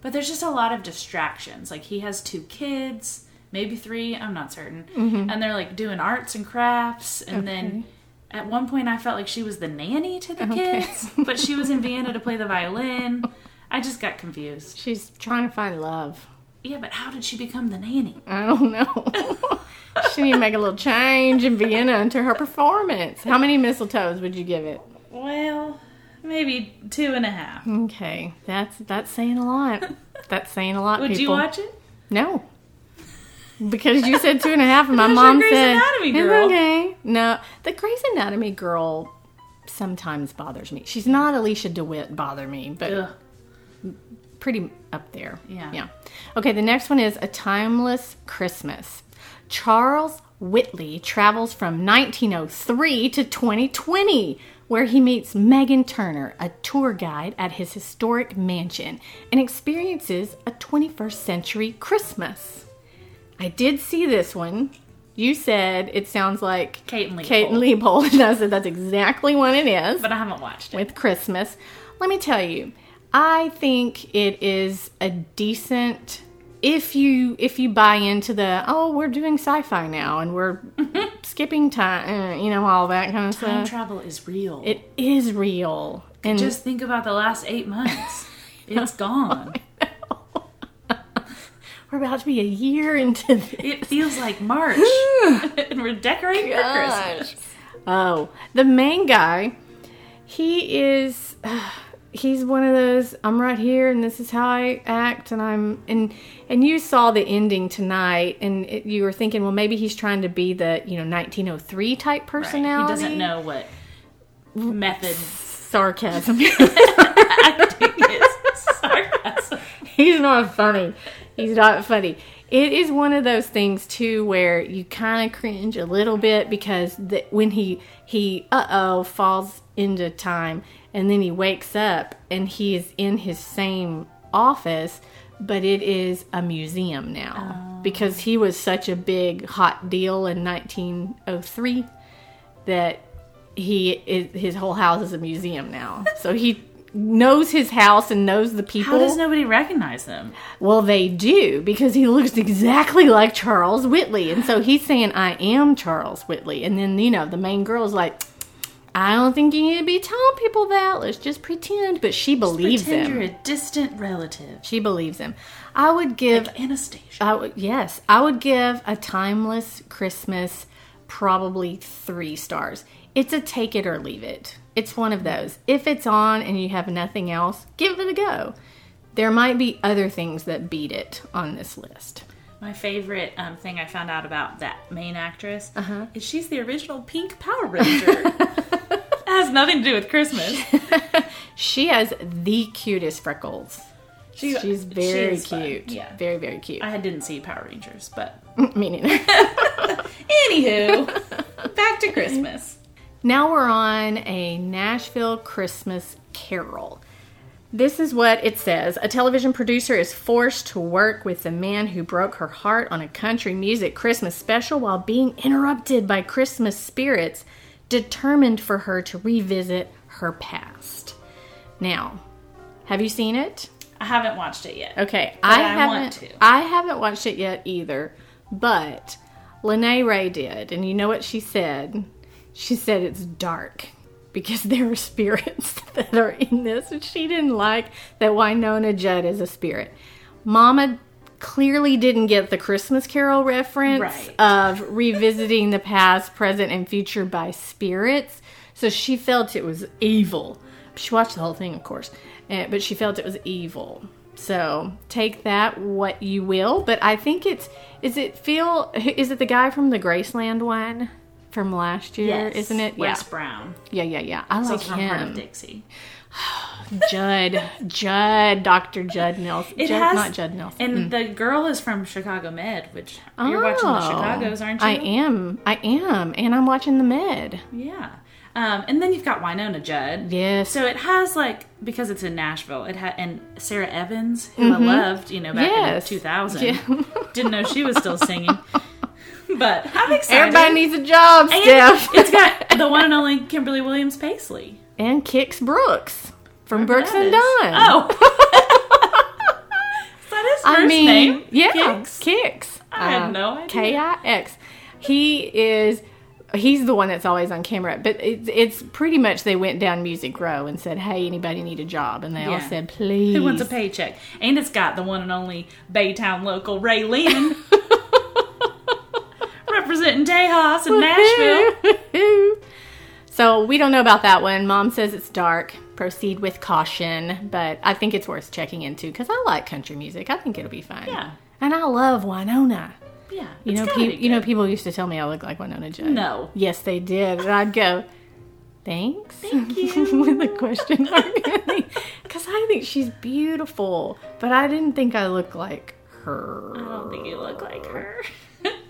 [SPEAKER 2] But there's just a lot of distractions. Like he has two kids, maybe three, I'm not certain.
[SPEAKER 1] Mm-hmm.
[SPEAKER 2] And they're like doing arts and crafts. And then at one point I felt like she was the nanny to the kids, but she was in Vienna to play the violin. I just got confused.
[SPEAKER 1] She's trying to find love.
[SPEAKER 2] Yeah, but how did she become the nanny?
[SPEAKER 1] I don't know. she need to make a little change in Vienna to her performance. How many mistletoes would you give it?
[SPEAKER 2] Well, maybe two and a half.
[SPEAKER 1] Okay, that's that's saying a lot. That's saying a lot.
[SPEAKER 2] Would
[SPEAKER 1] people.
[SPEAKER 2] you watch it?
[SPEAKER 1] No. Because you said two and a half, and my
[SPEAKER 2] Because you're
[SPEAKER 1] mom
[SPEAKER 2] Grey's
[SPEAKER 1] said
[SPEAKER 2] Anatomy
[SPEAKER 1] "It's
[SPEAKER 2] girl."
[SPEAKER 1] okay. No, the Grey's Anatomy girl sometimes bothers me. She's not Alicia DeWitt bother me, but
[SPEAKER 2] Ugh.
[SPEAKER 1] pretty up there.
[SPEAKER 2] Yeah.
[SPEAKER 1] Yeah. Okay, the next one is A Timeless Christmas. Charles Whitley travels from 1903 to 2020, where he meets Megan Turner, a tour guide at his historic mansion, and experiences a 21st century Christmas. I did see this one. You said it sounds like
[SPEAKER 2] Kate and
[SPEAKER 1] Kate and Leopold, and I said that's exactly what it is
[SPEAKER 2] But I haven't watched it.
[SPEAKER 1] with Christmas. Let me tell you, I think it is a decent if you if you buy into the oh we're doing sci-fi now and we're skipping time, uh, you know all that kind of
[SPEAKER 2] Mm-hmm. Time
[SPEAKER 1] stuff.
[SPEAKER 2] travel is real.
[SPEAKER 1] it is real and
[SPEAKER 2] Just think about the last eight months. It's gone.
[SPEAKER 1] we're about to be a year into this.
[SPEAKER 2] It feels like March. and we're decorating for Christmas.
[SPEAKER 1] Oh, the main guy, he is. he's one of those. I'm right here, and this is how I act, and I'm and and you saw the ending tonight, and it, you were thinking, well, maybe he's trying to be the you know 1903 type
[SPEAKER 2] Right. He
[SPEAKER 1] personality.
[SPEAKER 2] doesn't know what method
[SPEAKER 1] sarcasm.
[SPEAKER 2] acting is. Sarcasm.
[SPEAKER 1] he's not funny. He's not funny. It is one of those things too where you kind of cringe a little bit because the, when he he uh oh falls into time and then he wakes up and he is in his same office, but it is a museum now
[SPEAKER 2] Oh.
[SPEAKER 1] because he was such a big hot deal in 1903 that he is, his whole house is a museum now. so he knows his house and knows the people.
[SPEAKER 2] How does nobody recognize him?
[SPEAKER 1] Well, they do because he looks exactly like Charles Whitley. And so he's saying, I am Charles Whitley. And then, you know, the main girl is like, I don't think you need to be telling people that. Let's just pretend. But she believes
[SPEAKER 2] Pretend
[SPEAKER 1] him.
[SPEAKER 2] you're a distant relative.
[SPEAKER 1] She believes him. I would give,
[SPEAKER 2] Anastasia.
[SPEAKER 1] I would yes, I would give a timeless Christmas probably three stars. It's a take it or leave it. It's one of those. If it's on and you have nothing else, give it a go. There might be other things that beat it on this list.
[SPEAKER 2] My favorite um, thing I found out about that main actress is she's the original pink Power Ranger. That has nothing to do with Christmas.
[SPEAKER 1] She has the cutest freckles.
[SPEAKER 2] She-
[SPEAKER 1] She's very
[SPEAKER 2] she's fun,
[SPEAKER 1] cute.
[SPEAKER 2] yeah.
[SPEAKER 1] Very, very cute.
[SPEAKER 2] I didn't see Power Rangers, but
[SPEAKER 1] Meaning.
[SPEAKER 2] anywho, back to Christmas.
[SPEAKER 1] Now we're on a Nashville Christmas Carol. This is what it says. A television producer is forced to work with the man who broke her heart on a country music Christmas special while being interrupted by Christmas spirits determined for her to revisit her past. Now, have you seen it?
[SPEAKER 2] I haven't watched it yet.
[SPEAKER 1] Okay, I,
[SPEAKER 2] I
[SPEAKER 1] haven't.
[SPEAKER 2] want to.
[SPEAKER 1] I haven't watched it yet either, but Lene Ray did, and you know what she said? She said it's dark because there are spirits that are in this, and she didn't like that Winona Judd is a spirit. Mama clearly didn't get the Christmas Carol reference
[SPEAKER 2] Right.
[SPEAKER 1] of revisiting the past, present, and future by spirits. So she felt it was evil. She watched the whole thing, of course, eh, but she felt it was evil. So take that what you will. But I think it's is it Phil? Is it the guy from the Graceland one from last year? Isn't it?
[SPEAKER 2] Wes Brown.
[SPEAKER 1] Yeah, yeah, yeah, yeah. I like
[SPEAKER 2] It's from Heart of
[SPEAKER 1] him.
[SPEAKER 2] Dixie.
[SPEAKER 1] Judd, Judd, Doctor Judd Nelson.
[SPEAKER 2] It
[SPEAKER 1] Judd,
[SPEAKER 2] has
[SPEAKER 1] not Judd Nelson. Hmm.
[SPEAKER 2] And the girl is from Chicago Med, which you're watching the
[SPEAKER 1] Oh,
[SPEAKER 2] Chicago's, aren't you?
[SPEAKER 1] I am. I am. And I'm watching the med.
[SPEAKER 2] Yeah. Um, and then you've got Winona Judd.
[SPEAKER 1] Yes.
[SPEAKER 2] So it has like because it's in Nashville. It had and Sarah Evans, who I loved, you know, back
[SPEAKER 1] Mm-hmm. Yes.
[SPEAKER 2] in 2000. Didn't know she was still singing. But I'm excited.
[SPEAKER 1] Everybody needs a job,
[SPEAKER 2] And
[SPEAKER 1] Steph.
[SPEAKER 2] it's got the one and only Kimberly Williams Paisley.
[SPEAKER 1] and Kix Brooks from Brooks and Dunn.
[SPEAKER 2] That is- Oh. Is that his first
[SPEAKER 1] I mean,
[SPEAKER 2] name?
[SPEAKER 1] yeah,
[SPEAKER 2] Kix?
[SPEAKER 1] Kix. Uh,
[SPEAKER 2] I had no idea.
[SPEAKER 1] K I E X. He is. He's the one that's always on camera, but it's, it's pretty much they went down Music Row and said, "Hey, anybody need a job?" And they all
[SPEAKER 2] Yeah.
[SPEAKER 1] said, "Please."
[SPEAKER 2] Who wants a paycheck? And it's got the one and only Baytown local Ray Lynn. Representing Tejas in Nashville.
[SPEAKER 1] so we don't know about that one. Mom says it's dark. Proceed with caution, but I think it's worth checking into because I like country music. I think it'll be fun.
[SPEAKER 2] Yeah.
[SPEAKER 1] and I love Winona.
[SPEAKER 2] Yeah,
[SPEAKER 1] You know, pe- you know, people used to tell me I look like Winona Judd.
[SPEAKER 2] No.
[SPEAKER 1] Yes, they did, and I'd go, "Thanks." Thank
[SPEAKER 2] you.
[SPEAKER 1] with a question mark, because I think she's beautiful, but I didn't think I looked like her.
[SPEAKER 2] I don't think you look like her.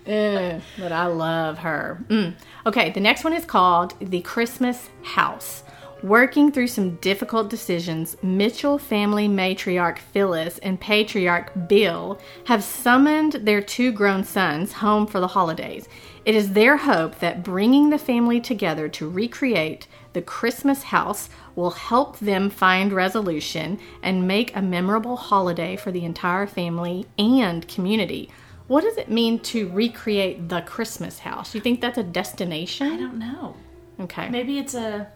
[SPEAKER 1] Ugh, but I love her. Mm. Okay, the next one is called The Christmas House. Working through some difficult decisions, Mitchell family matriarch Phyllis and patriarch Bill have summoned their two grown sons home for the holidays. It is their hope that bringing the family together to recreate the Christmas house will help them find resolution and make a memorable holiday for the entire family and community. What does it mean to recreate the Christmas house? You think that's a
[SPEAKER 2] I
[SPEAKER 1] destination?
[SPEAKER 2] don't know.
[SPEAKER 1] Okay.
[SPEAKER 2] Maybe it's a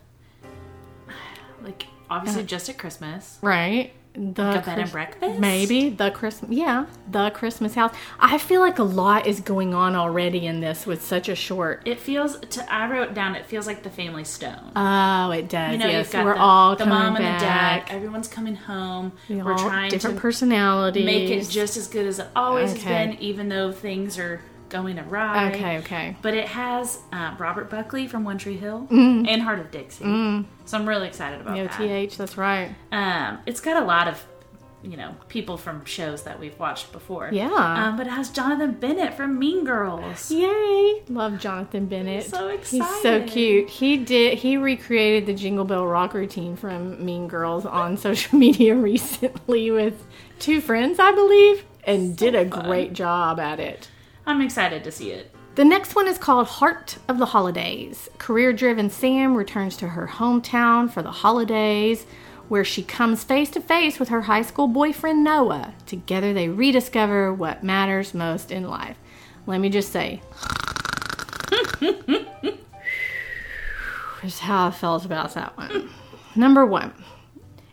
[SPEAKER 2] like obviously
[SPEAKER 1] Uh.
[SPEAKER 2] just at Christmas.
[SPEAKER 1] Right. The
[SPEAKER 2] a bed and breakfast?
[SPEAKER 1] Maybe the Christmas. Yeah, the Christmas house. I feel like a lot is going on already in this with such a short.
[SPEAKER 2] It feels to I wrote down it feels like the family stone.
[SPEAKER 1] Oh, it does.
[SPEAKER 2] you know,
[SPEAKER 1] yes,
[SPEAKER 2] you've got
[SPEAKER 1] we're
[SPEAKER 2] the,
[SPEAKER 1] all
[SPEAKER 2] the
[SPEAKER 1] coming
[SPEAKER 2] mom and the dad.
[SPEAKER 1] back.
[SPEAKER 2] Everyone's coming home.
[SPEAKER 1] We
[SPEAKER 2] We're
[SPEAKER 1] all
[SPEAKER 2] trying
[SPEAKER 1] different
[SPEAKER 2] to
[SPEAKER 1] personalities.
[SPEAKER 2] make it just as good as it always
[SPEAKER 1] Okay.
[SPEAKER 2] has been, even though things are going awry.
[SPEAKER 1] okay. Okay.
[SPEAKER 2] But it has uh, Robert Buckley from One Tree Hill
[SPEAKER 1] Mm-hmm.
[SPEAKER 2] and Heart
[SPEAKER 1] Mm.
[SPEAKER 2] of Dixie. So I'm really excited about
[SPEAKER 1] No
[SPEAKER 2] that.
[SPEAKER 1] th. That's right.
[SPEAKER 2] Um, it's got a lot of you know people from shows that we've watched before.
[SPEAKER 1] Yeah.
[SPEAKER 2] Um, but it has Jonathan Bennett from Mean Girls.
[SPEAKER 1] Yay! Love Jonathan Bennett.
[SPEAKER 2] so
[SPEAKER 1] He's so
[SPEAKER 2] excited.
[SPEAKER 1] cute. He did. He recreated the Jingle Bell Rock routine from Mean Girls on social media recently with two friends, I believe, and did a great job at it.
[SPEAKER 2] I'm excited to see it.
[SPEAKER 1] The next one is called Heart of the Holidays. Career driven Sam returns to her hometown for the holidays, where she comes face to face with her high school boyfriend Noah. Together, they rediscover what matters most in life. Let me just say, here's how I felt about that one. Number one.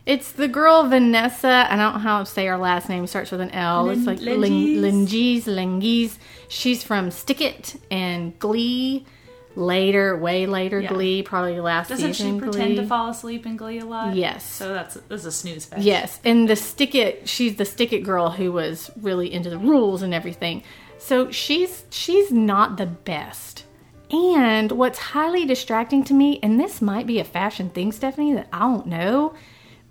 [SPEAKER 1] It's the girl Vanessa. I don't know how to say her last name. It starts with an L. it's like Lin- Lingis, Lingis. She's from Stick It and Glee. Later, way later,
[SPEAKER 2] Yeah.
[SPEAKER 1] Glee. Probably last
[SPEAKER 2] Doesn't
[SPEAKER 1] season.
[SPEAKER 2] she pretend
[SPEAKER 1] Glee.
[SPEAKER 2] to fall asleep in Glee a lot?
[SPEAKER 1] Yes.
[SPEAKER 2] So that's this is a snooze fest.
[SPEAKER 1] Yes, and the stick it. She's the stick it girl who was really into the rules and everything. So she's she's not the best. And what's highly distracting to me, and this might be a fashion thing, Stephanie, that I don't know,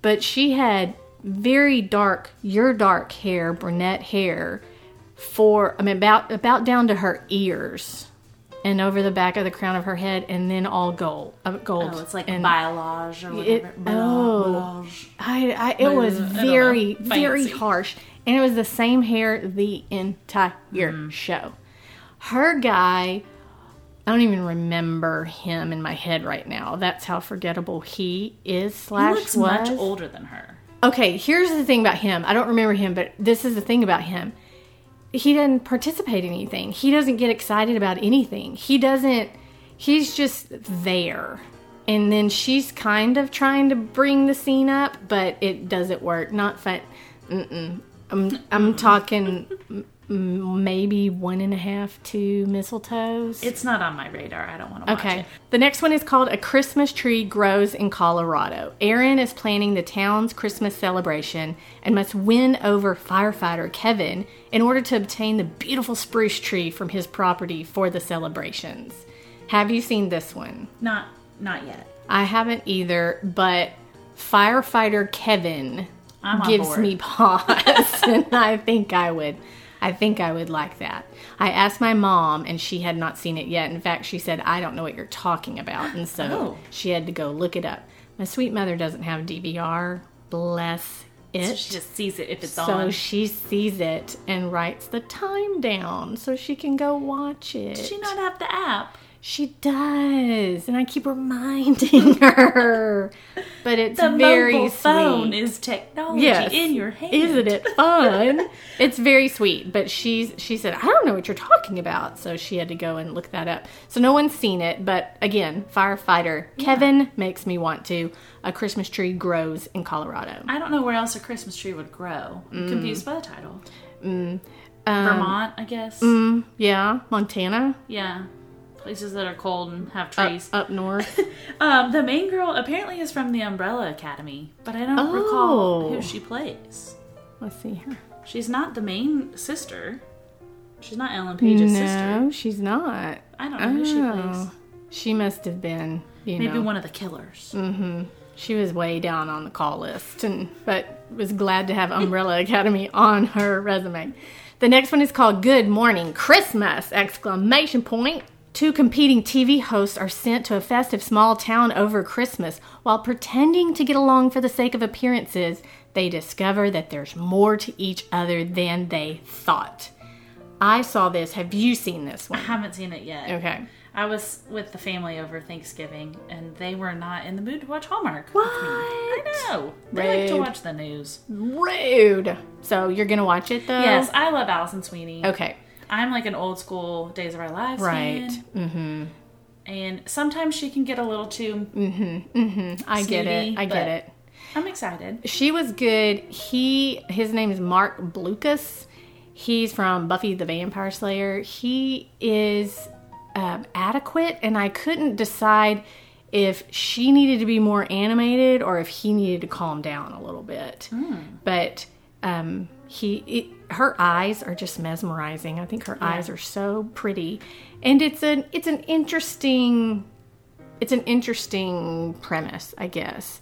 [SPEAKER 1] but she had very dark, your dark hair, brunette hair, for I mean about about down to her ears, and over the back of the crown of her head, and then all gold, uh, gold.
[SPEAKER 2] Oh, it's like
[SPEAKER 1] and
[SPEAKER 2] biolage or whatever.
[SPEAKER 1] it-
[SPEAKER 2] Biolage.
[SPEAKER 1] oh. I, I it was
[SPEAKER 2] I don't know.
[SPEAKER 1] very very
[SPEAKER 2] Fancy.
[SPEAKER 1] harsh, and it was the same hair the entire
[SPEAKER 2] Mm-hmm.
[SPEAKER 1] show. Her guy, I don't even remember him in my head right now. That's how forgettable he is.
[SPEAKER 2] He
[SPEAKER 1] Slash
[SPEAKER 2] looks
[SPEAKER 1] was.
[SPEAKER 2] much older than her.
[SPEAKER 1] Okay, here's the thing about him. I don't remember him, but this is the thing about him. He doesn't participate in anything. He doesn't get excited about anything. He doesn't he's just there. And then she's kind of trying to bring the scene up, but it doesn't work. Not fun. Mm-mm. I'm I'm talking m- m- maybe one and a half two mistletoes.
[SPEAKER 2] It's not on my radar. I don't want to watch
[SPEAKER 1] Okay.
[SPEAKER 2] it.
[SPEAKER 1] The next one is called A Christmas Tree Grows in Colorado. Aaron is planning the town's Christmas celebration and must win over firefighter Kevin in order to obtain the beautiful spruce tree from his property for the celebrations. Have you seen this one?
[SPEAKER 2] Not not yet.
[SPEAKER 1] I haven't either, but firefighter Kevin
[SPEAKER 2] I'm on
[SPEAKER 1] gives
[SPEAKER 2] board.
[SPEAKER 1] me pause, and I think I would. I think I would like that. I asked my mom, and she had not seen it yet. In fact, she said, "I don't know what you're talking about," and so
[SPEAKER 2] Oh.
[SPEAKER 1] she had to go look it up. My sweet mother doesn't have DVR. Bless it.
[SPEAKER 2] So she just sees it if it's
[SPEAKER 1] So
[SPEAKER 2] on.
[SPEAKER 1] she sees it and writes the time down so she can go watch it.
[SPEAKER 2] Does she not have the app?
[SPEAKER 1] She does, and I keep reminding her. But it's
[SPEAKER 2] The
[SPEAKER 1] very
[SPEAKER 2] mobile phone
[SPEAKER 1] sweet.
[SPEAKER 2] is technology
[SPEAKER 1] Yes.
[SPEAKER 2] in your hand.
[SPEAKER 1] Isn't it fun? it's very sweet, but she's she said, "I don't know what you're talking about," so she had to go and look that up. So no one's seen it, but again, firefighter Kevin makes me want to. A Christmas tree grows in Colorado.
[SPEAKER 2] I don't know where else a Christmas tree would grow.
[SPEAKER 1] Mm.
[SPEAKER 2] I'm confused by the title. Vermont,
[SPEAKER 1] Um,
[SPEAKER 2] I guess.
[SPEAKER 1] mm. Yeah, Montana
[SPEAKER 2] Yeah. Places that are cold and have trees.
[SPEAKER 1] up north.
[SPEAKER 2] Um, the main girl apparently is from the Umbrella Academy, but I don't recall
[SPEAKER 1] Oh.
[SPEAKER 2] who she plays.
[SPEAKER 1] Let's see here.
[SPEAKER 2] She's not the main sister. She's not Ellen Page's sister.
[SPEAKER 1] No, she's not.
[SPEAKER 2] I don't know who she plays.
[SPEAKER 1] Oh, She must have been, you
[SPEAKER 2] Maybe
[SPEAKER 1] know.
[SPEAKER 2] one of the killers.
[SPEAKER 1] Mm. She was way down on the call list, and but was glad to have Umbrella Academy on her resume. The next one is called "Good Morning Christmas!" Exclamation point. Two competing TV hosts are sent to a festive small town over Christmas. While pretending to get along for the sake of appearances, they discover that there's more to each other than they thought. I saw this. Have you seen this
[SPEAKER 2] I
[SPEAKER 1] one?
[SPEAKER 2] haven't seen it yet.
[SPEAKER 1] Okay.
[SPEAKER 2] I was with the family over Thanksgiving, and they were not in the mood to watch Hallmark. I know. They like to
[SPEAKER 1] Rude.
[SPEAKER 2] watch the news.
[SPEAKER 1] Rude. So you're gonna watch it though?
[SPEAKER 2] Yes, I love Allison Sweeney.
[SPEAKER 1] Okay.
[SPEAKER 2] I'm like an old school Days of Our Lives
[SPEAKER 1] Right.
[SPEAKER 2] fan. Mm-hmm. And sometimes she can get a little too.
[SPEAKER 1] Mm. I get it.
[SPEAKER 2] snooty,
[SPEAKER 1] I get
[SPEAKER 2] but-
[SPEAKER 1] it.
[SPEAKER 2] I'm excited.
[SPEAKER 1] She was good. He his name is Mark Blucas. He's from Buffy the Vampire Slayer. He is um, adequate, and I couldn't decide if she needed to be more animated or if he needed to calm down a little bit. But um, he, it, her eyes are just mesmerizing. I think her eyes are so pretty, and it's an it's an interesting it's an interesting premise, I guess.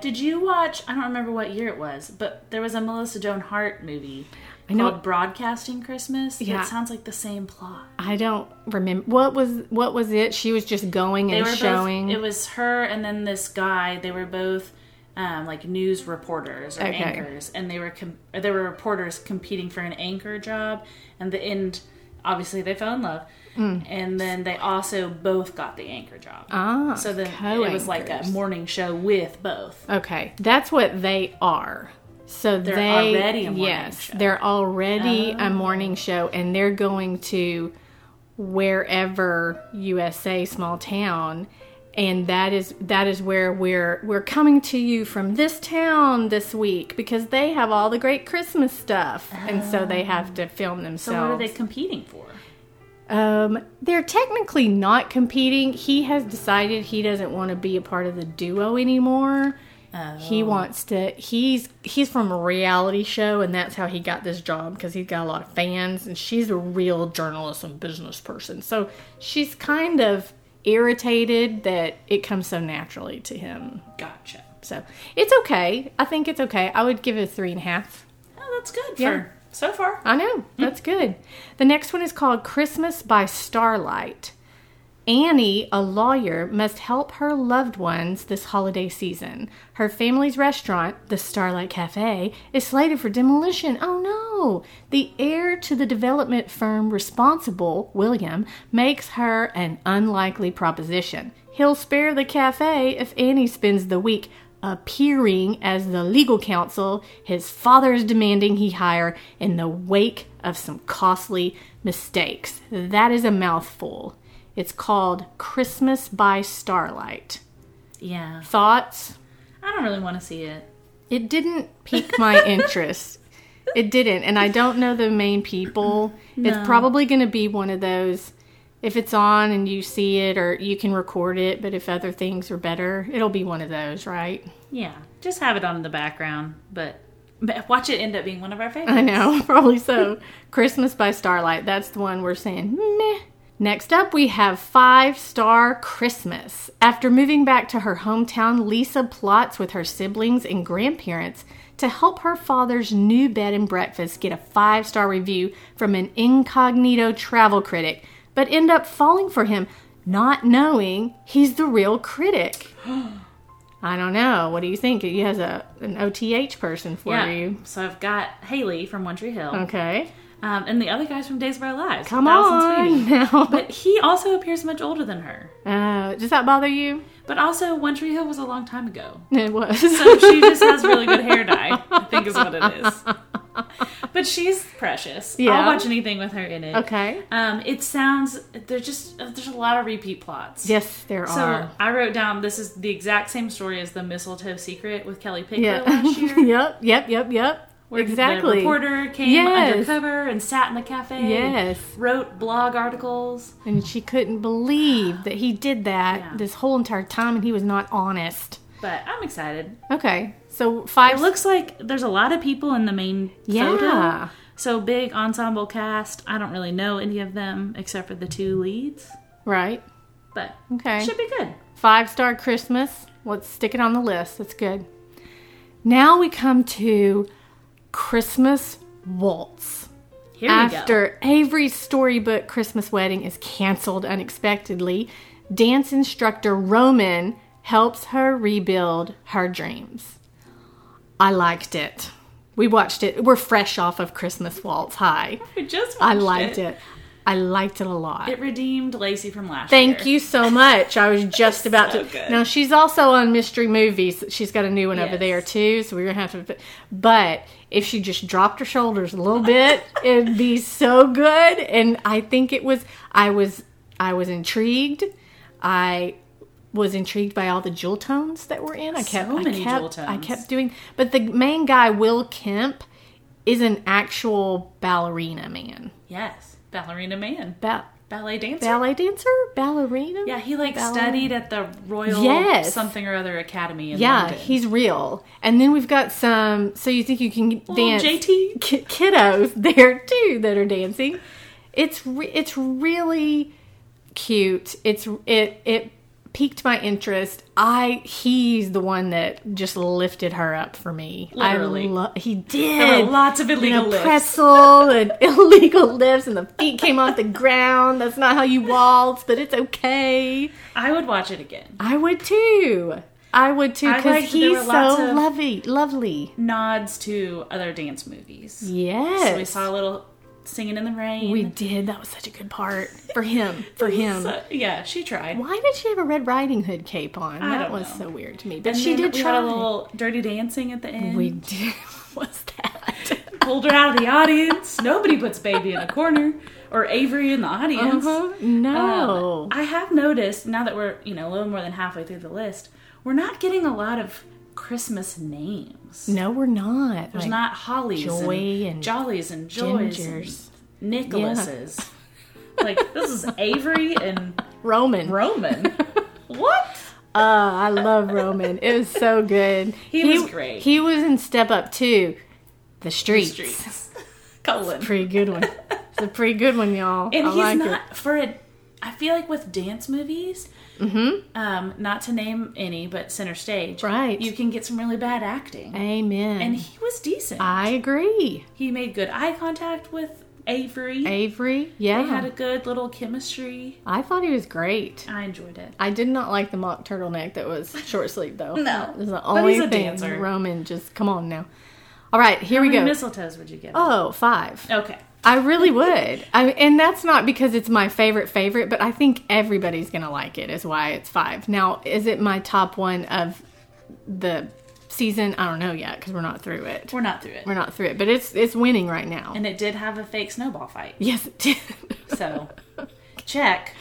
[SPEAKER 2] Did you watch? I don't remember what year it was, but there was a Melissa Joan Hart movie
[SPEAKER 1] I know-
[SPEAKER 2] called Broadcasting Christmas.
[SPEAKER 1] Yeah.
[SPEAKER 2] It sounds like the same plot.
[SPEAKER 1] I don't remember what was what was it. She was just going
[SPEAKER 2] They
[SPEAKER 1] and
[SPEAKER 2] were
[SPEAKER 1] showing.
[SPEAKER 2] Both, it was her and then this guy. They were both um, like news reporters or
[SPEAKER 1] Okay.
[SPEAKER 2] anchors, and they were com- or they were reporters competing for an anchor job. And the end, obviously, they fell in love,
[SPEAKER 1] Mm.
[SPEAKER 2] and then they also both got the anchor job.
[SPEAKER 1] ah,
[SPEAKER 2] so then it was like a
[SPEAKER 1] co-anchors.
[SPEAKER 2] morning show with both.
[SPEAKER 1] Okay, that's what they are. So they're
[SPEAKER 2] already a morning
[SPEAKER 1] yes,
[SPEAKER 2] show. Oh.
[SPEAKER 1] they're already a morning show, and they're going to wherever USA small town, and that is that is where we're we're coming to you from this town this week because they have all the great Christmas stuff, and so they have to film
[SPEAKER 2] Oh. So what are
[SPEAKER 1] themselves.
[SPEAKER 2] they competing for?
[SPEAKER 1] Um, they're technically not competing. He has decided he doesn't want to be a part of the duo anymore. He wants to. He's he's from a reality show, and that's how he got this job because he's got a lot of fans, and she's a real journalist and business person. So she's kind of irritated that it comes so naturally to him.
[SPEAKER 2] Gotcha.
[SPEAKER 1] So it's okay. I think it's okay. I would give it a three and a half.
[SPEAKER 2] Oh, that's good
[SPEAKER 1] Yeah.
[SPEAKER 2] for so far.
[SPEAKER 1] I know. That's good. The next one is called Christmas by Starlight. Annie, a lawyer, must help her loved ones this holiday season. Her family's restaurant, the Starlight Cafe, is slated for demolition. Oh no! The heir to the development firm responsible, William, makes her an unlikely proposition. He'll spare the cafe if Annie spends the week appearing as the legal counsel his father is demanding he hire in the wake of some costly mistakes. That is a mouthful. It's called Christmas by Starlight.
[SPEAKER 2] Yeah.
[SPEAKER 1] Thoughts?
[SPEAKER 2] I don't really want to see it.
[SPEAKER 1] It didn't pique my interest. It didn't, and I don't know the main people. It's probably going to be one of those if it's on and you see it or you can record it, but if other things are better, it'll be one of those, right?
[SPEAKER 2] Yeah. Just have it on in the background, but, but watch it end up being one of our favorites.
[SPEAKER 1] I know, probably so. Christmas by Starlight. That's the one we're saying meh. Next up, we have Five Star Christmas. After moving back to her hometown, Lisa plots with her siblings and grandparents to help her father's new bed and breakfast get a five star review from an incognito travel critic, but end up falling for him, not knowing he's the real critic. I don't know. What do you think? He has a an OTH person for
[SPEAKER 2] Yeah.
[SPEAKER 1] you.
[SPEAKER 2] So I've got Haley from One Tree Hill,
[SPEAKER 1] Okay.
[SPEAKER 2] um, and the other guy's from Days of Our Lives.
[SPEAKER 1] Come
[SPEAKER 2] Thousand
[SPEAKER 1] on
[SPEAKER 2] Sweeties.
[SPEAKER 1] now.
[SPEAKER 2] But he also appears much older than her.
[SPEAKER 1] Uh, does that bother you?
[SPEAKER 2] But also, One Tree Hill was a long time ago.
[SPEAKER 1] It was.
[SPEAKER 2] So she just has really good hair dye, I think is what it is. But she's precious.
[SPEAKER 1] Yeah.
[SPEAKER 2] I'll watch anything with her in it.
[SPEAKER 1] okay.
[SPEAKER 2] Um, it sounds there's just there's a lot of repeat plots.
[SPEAKER 1] Yes, there
[SPEAKER 2] So
[SPEAKER 1] are.
[SPEAKER 2] I wrote down this is the exact same story as the mistletoe secret with Kelly Pickler
[SPEAKER 1] Yeah.
[SPEAKER 2] last year.
[SPEAKER 1] yep. Yep. Yep. Yep.
[SPEAKER 2] where The
[SPEAKER 1] exactly.
[SPEAKER 2] reporter came
[SPEAKER 1] Yes.
[SPEAKER 2] undercover and sat in the cafe. and
[SPEAKER 1] Yes.
[SPEAKER 2] Wrote blog articles.
[SPEAKER 1] And she couldn't believe that he did that
[SPEAKER 2] Yeah.
[SPEAKER 1] this whole entire time, and he was not honest.
[SPEAKER 2] But I'm excited.
[SPEAKER 1] Okay. So five.
[SPEAKER 2] It looks like there's a lot of people in the main
[SPEAKER 1] Yeah.
[SPEAKER 2] photo. So big ensemble cast. I don't really know any of them except for the two leads.
[SPEAKER 1] right.
[SPEAKER 2] But
[SPEAKER 1] Okay.
[SPEAKER 2] should be good.
[SPEAKER 1] Five star Christmas. Let's stick it on the list. That's good. Now we come to Christmas Waltz.
[SPEAKER 2] Here we go.
[SPEAKER 1] After Avery's storybook Christmas wedding is canceled unexpectedly, dance instructor Roman helps her rebuild her dreams. I liked it. We watched it. We're fresh off of Christmas Waltz High.
[SPEAKER 2] We just
[SPEAKER 1] I
[SPEAKER 2] watched
[SPEAKER 1] liked it. I liked it a lot.
[SPEAKER 2] It redeemed Lacey from last year.
[SPEAKER 1] Thank you so much. I was just about
[SPEAKER 2] So
[SPEAKER 1] to.
[SPEAKER 2] good.
[SPEAKER 1] Now she's also on Mystery Movies. She's got a new one over
[SPEAKER 2] Yes.
[SPEAKER 1] there too, so we're gonna have to. But if she just dropped her shoulders a little bit, it'd be so good. And I think it was. I was. I was intrigued. I was intrigued by all the jewel tones that were in. I kept.
[SPEAKER 2] So
[SPEAKER 1] I
[SPEAKER 2] many
[SPEAKER 1] kept,
[SPEAKER 2] jewel
[SPEAKER 1] I
[SPEAKER 2] tones.
[SPEAKER 1] kept doing. But the main guy, Will Kemp, is an actual ballerina man.
[SPEAKER 2] Yes. Ballerina man.
[SPEAKER 1] Ba-
[SPEAKER 2] Ballet dancer.
[SPEAKER 1] ballet dancer, ballerina.
[SPEAKER 2] yeah, he like
[SPEAKER 1] Ballet-
[SPEAKER 2] studied at the Royal
[SPEAKER 1] Yes.
[SPEAKER 2] something or other academy in
[SPEAKER 1] Yeah,
[SPEAKER 2] London.
[SPEAKER 1] he's real. And then we've got some. So you think you can dance?
[SPEAKER 2] JT.
[SPEAKER 1] ki- kiddos there too that are dancing. It's re- it's really cute. It's it it piqued my interest. I he's the one that just lifted her up for me.
[SPEAKER 2] Literally.
[SPEAKER 1] I lo- he
[SPEAKER 2] There
[SPEAKER 1] did.
[SPEAKER 2] were lots of
[SPEAKER 1] You know,
[SPEAKER 2] illegal lifts.
[SPEAKER 1] pretzel and illegal lifts, and the feet came off the ground. That's not how you waltz, but it's okay.
[SPEAKER 2] I would watch it again.
[SPEAKER 1] I would too. I would too
[SPEAKER 2] I
[SPEAKER 1] because
[SPEAKER 2] liked- there were
[SPEAKER 1] he's
[SPEAKER 2] lots
[SPEAKER 1] so
[SPEAKER 2] of-
[SPEAKER 1] lovely, lovely.
[SPEAKER 2] Nods to other dance movies.
[SPEAKER 1] Yes,
[SPEAKER 2] So we saw a little singing in the rain.
[SPEAKER 1] We did. That was such a good part for him. For him.
[SPEAKER 2] So- yeah, she tried.
[SPEAKER 1] Why did she have a Red Riding Hood cape on?
[SPEAKER 2] I
[SPEAKER 1] that
[SPEAKER 2] don't
[SPEAKER 1] was
[SPEAKER 2] know.
[SPEAKER 1] so weird to me. But
[SPEAKER 2] And
[SPEAKER 1] she
[SPEAKER 2] then
[SPEAKER 1] did
[SPEAKER 2] we
[SPEAKER 1] try.
[SPEAKER 2] Had a little dirty dancing at the end.
[SPEAKER 1] we
[SPEAKER 2] We
[SPEAKER 1] did. What's that?
[SPEAKER 2] pulled her out of the audience. Nobody puts Baby in a corner or Avery in the audience.
[SPEAKER 1] Uh-huh.
[SPEAKER 2] Um,
[SPEAKER 1] No.
[SPEAKER 2] I have noticed now that we're you know a little more than halfway through the list, we're not getting a lot of Christmas names.
[SPEAKER 1] no, we're not.
[SPEAKER 2] There's
[SPEAKER 1] Like,
[SPEAKER 2] not Hollies
[SPEAKER 1] Joy
[SPEAKER 2] and,
[SPEAKER 1] and
[SPEAKER 2] Jollies and Joys
[SPEAKER 1] Gingers.
[SPEAKER 2] and Nicholases. like this is Avery and
[SPEAKER 1] Roman.
[SPEAKER 2] Roman. what?
[SPEAKER 1] Uh, I love Roman. It was so good.
[SPEAKER 2] He was great.
[SPEAKER 1] He was in Step Up too. The streets.
[SPEAKER 2] Streets. Colon.
[SPEAKER 1] Pretty good one. It's a pretty good one, y'all.
[SPEAKER 2] and
[SPEAKER 1] I
[SPEAKER 2] he's
[SPEAKER 1] like
[SPEAKER 2] not for a. I feel like with dance movies, um, not to name any, but center stage,
[SPEAKER 1] Mm-hmm. Right.
[SPEAKER 2] You can get some really bad acting,
[SPEAKER 1] it. Amen.
[SPEAKER 2] and he was decent.
[SPEAKER 1] I agree.
[SPEAKER 2] he made good eye contact with Avery.
[SPEAKER 1] Avery.
[SPEAKER 2] they had
[SPEAKER 1] Yeah.
[SPEAKER 2] a good little chemistry.
[SPEAKER 1] I thought he was great.
[SPEAKER 2] I enjoyed it.
[SPEAKER 1] I did not like the mock turtleneck that was short sleeve though.
[SPEAKER 2] No.
[SPEAKER 1] it was the
[SPEAKER 2] But
[SPEAKER 1] only
[SPEAKER 2] he's a
[SPEAKER 1] thing.
[SPEAKER 2] dancer.
[SPEAKER 1] Roman, just come on now. All right, here we
[SPEAKER 2] How
[SPEAKER 1] go.
[SPEAKER 2] many mistletoes would you give? it?
[SPEAKER 1] oh, five.
[SPEAKER 2] Okay.
[SPEAKER 1] I really would. I, and that's not because it's my favorite favorite, but I think everybody's gonna like it. Is why it's five. Now, is it my top one of the season? I don't know yet because we're not through it.
[SPEAKER 2] We're not through it.
[SPEAKER 1] We're not through it, but it's it's winning right now.
[SPEAKER 2] And it did have a fake snowball fight.
[SPEAKER 1] yes, it did.
[SPEAKER 2] So, check.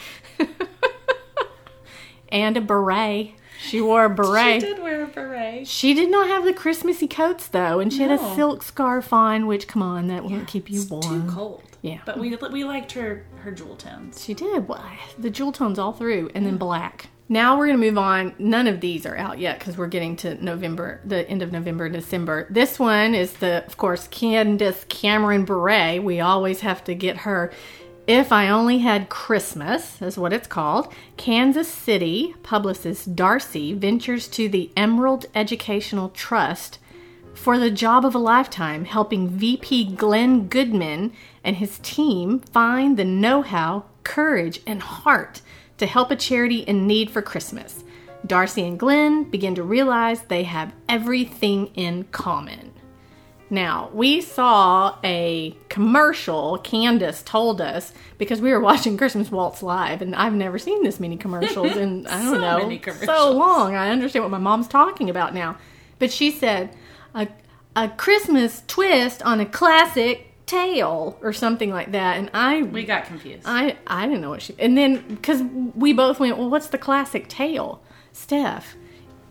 [SPEAKER 1] and a beret. She wore a beret.
[SPEAKER 2] She did wear a beret.
[SPEAKER 1] She did not have the Christmassy coats though, and she had
[SPEAKER 2] No.
[SPEAKER 1] a silk scarf on, which come on, that won't keep you
[SPEAKER 2] Too
[SPEAKER 1] warm.
[SPEAKER 2] cold.
[SPEAKER 1] Yeah.
[SPEAKER 2] But we we liked her her jewel tones.
[SPEAKER 1] She did. Well, The jewel tones all through, and then black. Now we're gonna move on. None of these are out yet because we're getting to November, the end of November, December. This one is the, of course, Candace Cameron Bure. We always have to get her. If I only had Christmas, is what it's called. Kansas City publicist Darcy ventures to the Emerald Educational Trust for the job of a lifetime helping VP Glenn Goodman and his team find the know how, courage, and heart to help a charity in need for Christmas. Darcy and Glenn begin to realize they have everything in common. Now, we saw a commercial Candace told us because we were watching Christmas Waltz live, and I've never seen this many commercials in, I don't
[SPEAKER 2] So
[SPEAKER 1] know,
[SPEAKER 2] many
[SPEAKER 1] so
[SPEAKER 2] commercials.
[SPEAKER 1] long. I understand what my mom's talking about now. But she said, a, a Christmas twist on a classic tale or something like that. And I
[SPEAKER 2] We got confused.
[SPEAKER 1] I I didn't know what she. And then because we both went, well, what's the classic tale, Steph?